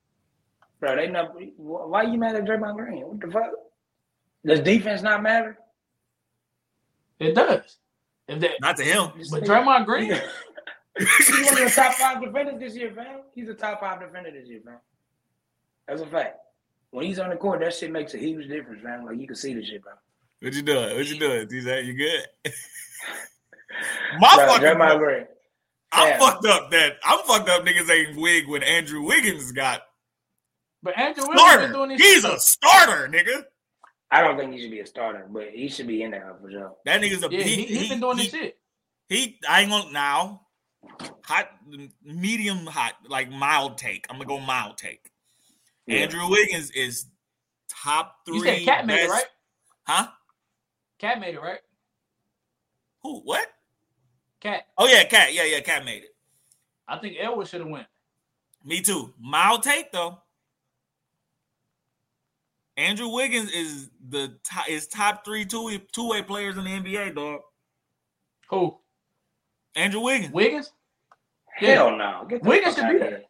Speaker 1: Bro, they not. Why you mad at Draymond Green? What the fuck? Does defense not matter?
Speaker 4: It does. If that,
Speaker 2: Not to him.
Speaker 4: but Draymond Green,
Speaker 1: Yeah. He's one of the top five defenders this year, fam. He's a top five defender this year, fam. That's a fact. When he's on the court, that shit makes a huge difference, man. Like you can see the shit, bro.
Speaker 2: What you doing? What you doing? T-Zack? You good? My
Speaker 1: Bro,
Speaker 2: fucking
Speaker 1: Draymond Green.
Speaker 2: I'm
Speaker 1: Yeah.
Speaker 2: fucked up that I'm fucked up niggas ain't wig when Andrew Wiggins got
Speaker 4: but Andrew Wiggins been
Speaker 2: starter.
Speaker 4: doing this.
Speaker 2: He's a starter, nigga.
Speaker 1: I don't think he should be a starter, but he should be in there for sure.
Speaker 2: That nigga's a
Speaker 4: yeah, he, he, been doing
Speaker 2: he,
Speaker 4: this shit.
Speaker 2: He I ain't gonna now. Hot medium hot, like mild take. I'm gonna go mild take.
Speaker 1: Yeah.
Speaker 2: Andrew Wiggins is top three.
Speaker 4: You said Cat made
Speaker 2: best-
Speaker 4: it, right?
Speaker 2: Huh?
Speaker 4: Cat made it, right?
Speaker 2: Who what?
Speaker 4: Cat.
Speaker 2: Oh yeah, Cat. Yeah, yeah, Cat made it.
Speaker 4: I think Elwood should have went.
Speaker 2: Me too. Mild take though. Andrew Wiggins is the top, is top three two two way players in the NBA, dog.
Speaker 4: Who?
Speaker 2: Andrew Wiggins.
Speaker 4: Wiggins? Yeah.
Speaker 1: Hell no. Get the
Speaker 4: Wiggins
Speaker 1: fuck outta
Speaker 4: should be there.
Speaker 1: here.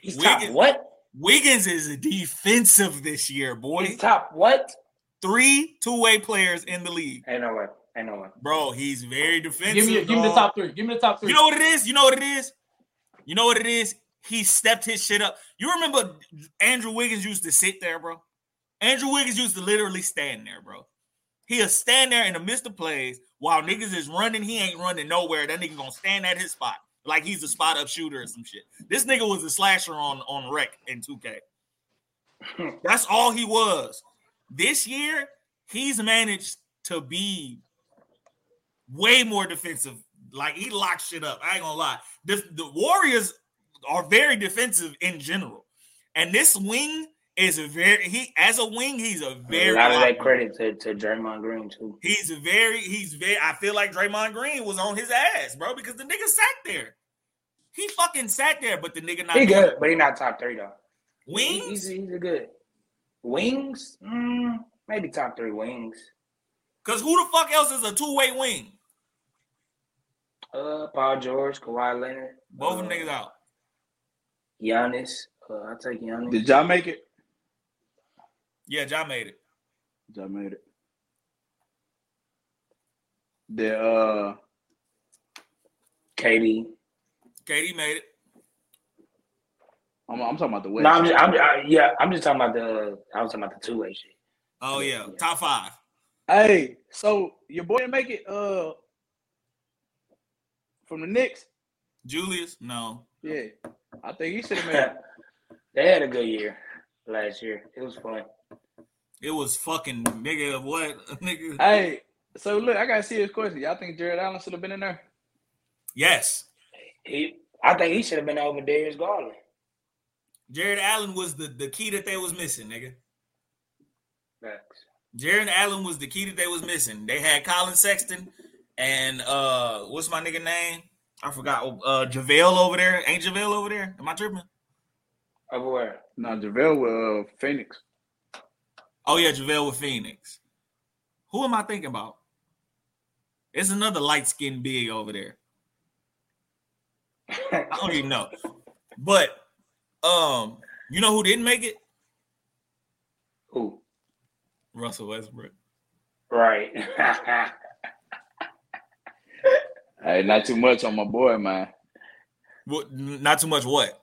Speaker 1: He's top
Speaker 2: Wiggins-
Speaker 1: what?
Speaker 2: Wiggins is defensive this year, boy.
Speaker 1: He's top what?
Speaker 2: Three two way players in the league,
Speaker 1: Ain't no way. Ain't no way.
Speaker 2: bro. He's very defensive.
Speaker 4: Give me, give me the
Speaker 2: dog.
Speaker 4: top three. Give me the top three.
Speaker 2: uh, You know what it is? You know what it is? You know what it is? He stepped his shit up. You remember Andrew Wiggins used to sit there, bro? Andrew Wiggins used to literally stand there, bro. He'll stand there in the midst of plays while niggas is running. He ain't running nowhere. That nigga gonna stand at his spot like he's a spot up shooter or some shit. This nigga was a slasher on on rec in 2K. That's all he was. This year, he's managed to be way more defensive. Like he locks shit up. I ain't gonna lie. The, the Warriors are very defensive in general, and this wing is a very he as a wing he's a
Speaker 1: a
Speaker 2: very
Speaker 1: lot of
Speaker 2: lock-
Speaker 1: that credit to, to Draymond Green too.
Speaker 2: He's very, he's very. I feel like Draymond Green was on his ass, bro, because the nigga sat there. He fucking sat there, but the nigga not
Speaker 1: He good, but he not top three though. He- He's,
Speaker 2: wings.
Speaker 1: he's a good. Wings? Mm, maybe top three wings.
Speaker 2: Because who the fuck else is a two way wing?
Speaker 1: Uh, Paul George, Kawhi Leonard.
Speaker 2: Both of them
Speaker 1: uh,
Speaker 2: niggas out.
Speaker 1: Giannis. Uh, I'll take Giannis.
Speaker 3: Did y'all make it?
Speaker 2: Yeah, John made it.
Speaker 3: Y'all made it. The uh,
Speaker 1: Katie.
Speaker 2: KD made it.
Speaker 3: I'm, I'm talking about the West.
Speaker 1: No, I'm just, I'm, I, yeah, I'm just talking about the. I was talking about the two way shit.
Speaker 2: Oh yeah,
Speaker 1: Yeah.
Speaker 2: top five.
Speaker 3: hey, so your boy didn't make it. Uh, from the Knicks.
Speaker 2: Julius, no.
Speaker 3: Yeah, I think he should have made it.
Speaker 1: they had a good year last year. It was fun.
Speaker 2: It was fucking nigga. What nigga?
Speaker 3: Hey, so look, I got a serious question. Y'all think Jared Allen should have been in there?
Speaker 2: Yes,
Speaker 1: He, I think he should have been over Darius Garland.
Speaker 2: Jared Allen was the the key that they was missing, nigga.
Speaker 1: Facts.
Speaker 2: Jaron Allen was the key that they was missing. They had Colin Sexton and uh what's my nigga name? I forgot. Uh JaVale over there. Ain't JaVale over there? Am I tripping?
Speaker 1: Over where?
Speaker 3: No, JaVale with uh, Phoenix.
Speaker 2: Oh yeah, JaVale with Phoenix. Who am I thinking about? It's another light skinned big over there. I don't even know. But um, you know who didn't make it?
Speaker 1: Who?
Speaker 2: Russell Westbrook.
Speaker 1: Right.
Speaker 3: Hey, not too much on my boy, man.
Speaker 2: What not too much what?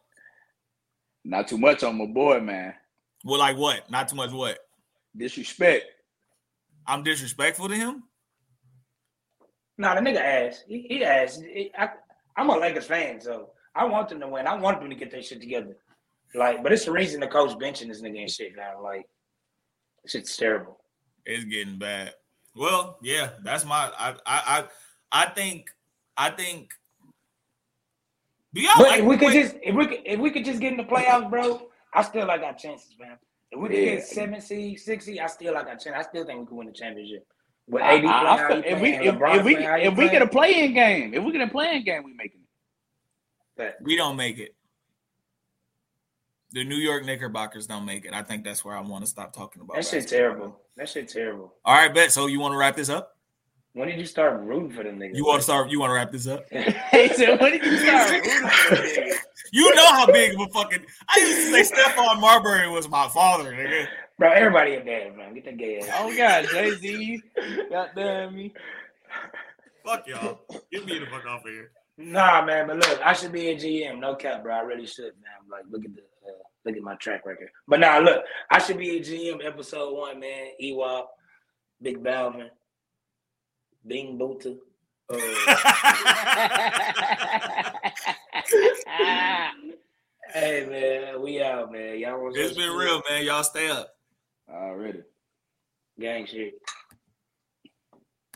Speaker 3: Not too much on my boy, man.
Speaker 2: Well, like what? Not too much what?
Speaker 3: Disrespect.
Speaker 2: I'm disrespectful to him?
Speaker 1: nah, the nigga asked. He, he asked. He- I, I'm a Lakers fan, so I want them to win. I want them to get their shit together. Like, but it's the reason the coach benching this nigga and shit now. Like, shit's terrible.
Speaker 2: It's getting bad. Well, yeah, that's my. I I I, I think I think. Do y'all
Speaker 1: But
Speaker 2: like
Speaker 1: if we
Speaker 2: the
Speaker 1: could
Speaker 2: way-
Speaker 1: just if we could, if we could just get in the playoffs, bro, I still like our chances, man. If we could
Speaker 3: Yeah.
Speaker 1: get seven seed, six seed, I still like our chance. I still think we could win the championship. With
Speaker 3: I-
Speaker 1: AD playing,
Speaker 3: I- I
Speaker 1: how
Speaker 3: feel-
Speaker 1: he
Speaker 3: if we
Speaker 1: playing,
Speaker 3: if,
Speaker 1: LeBron
Speaker 3: if we
Speaker 1: playing how he
Speaker 3: if we
Speaker 1: playing,
Speaker 3: get a play in game, if we get a play in game, we making it.
Speaker 1: that-
Speaker 2: we don't make it? The New York Knickerbockers don't make it. I think that's where I want to stop talking about.
Speaker 1: that shit
Speaker 2: basketball.
Speaker 1: terrible. That shit terrible.
Speaker 2: All right, bet. So you want to wrap this up?
Speaker 1: When did you start rooting for them niggas?
Speaker 2: You want to start? You want to wrap this up?
Speaker 3: He said, "What did you start?"
Speaker 2: You know how big of a fucking. I used to say Stephon Marbury was my father, nigga.
Speaker 1: bro? Everybody in there, man. Get that gay ass.
Speaker 3: Oh God, Jay Z, Oh, goddamn me.
Speaker 2: Fuck y'all. Get me the fuck off of here.
Speaker 1: Nah, man, but look, I should be a GM. No cap, bro. I really should, man. Like, look at the uh, look at my track record. But nah, look, I should be a GM. Episode one, man. Ewop, Big Balvin, Bing Booter. Uh, hey, man, we out, man. Y'all want
Speaker 2: it's been real, man. Y'all stay up.
Speaker 3: Already.
Speaker 1: gang shit.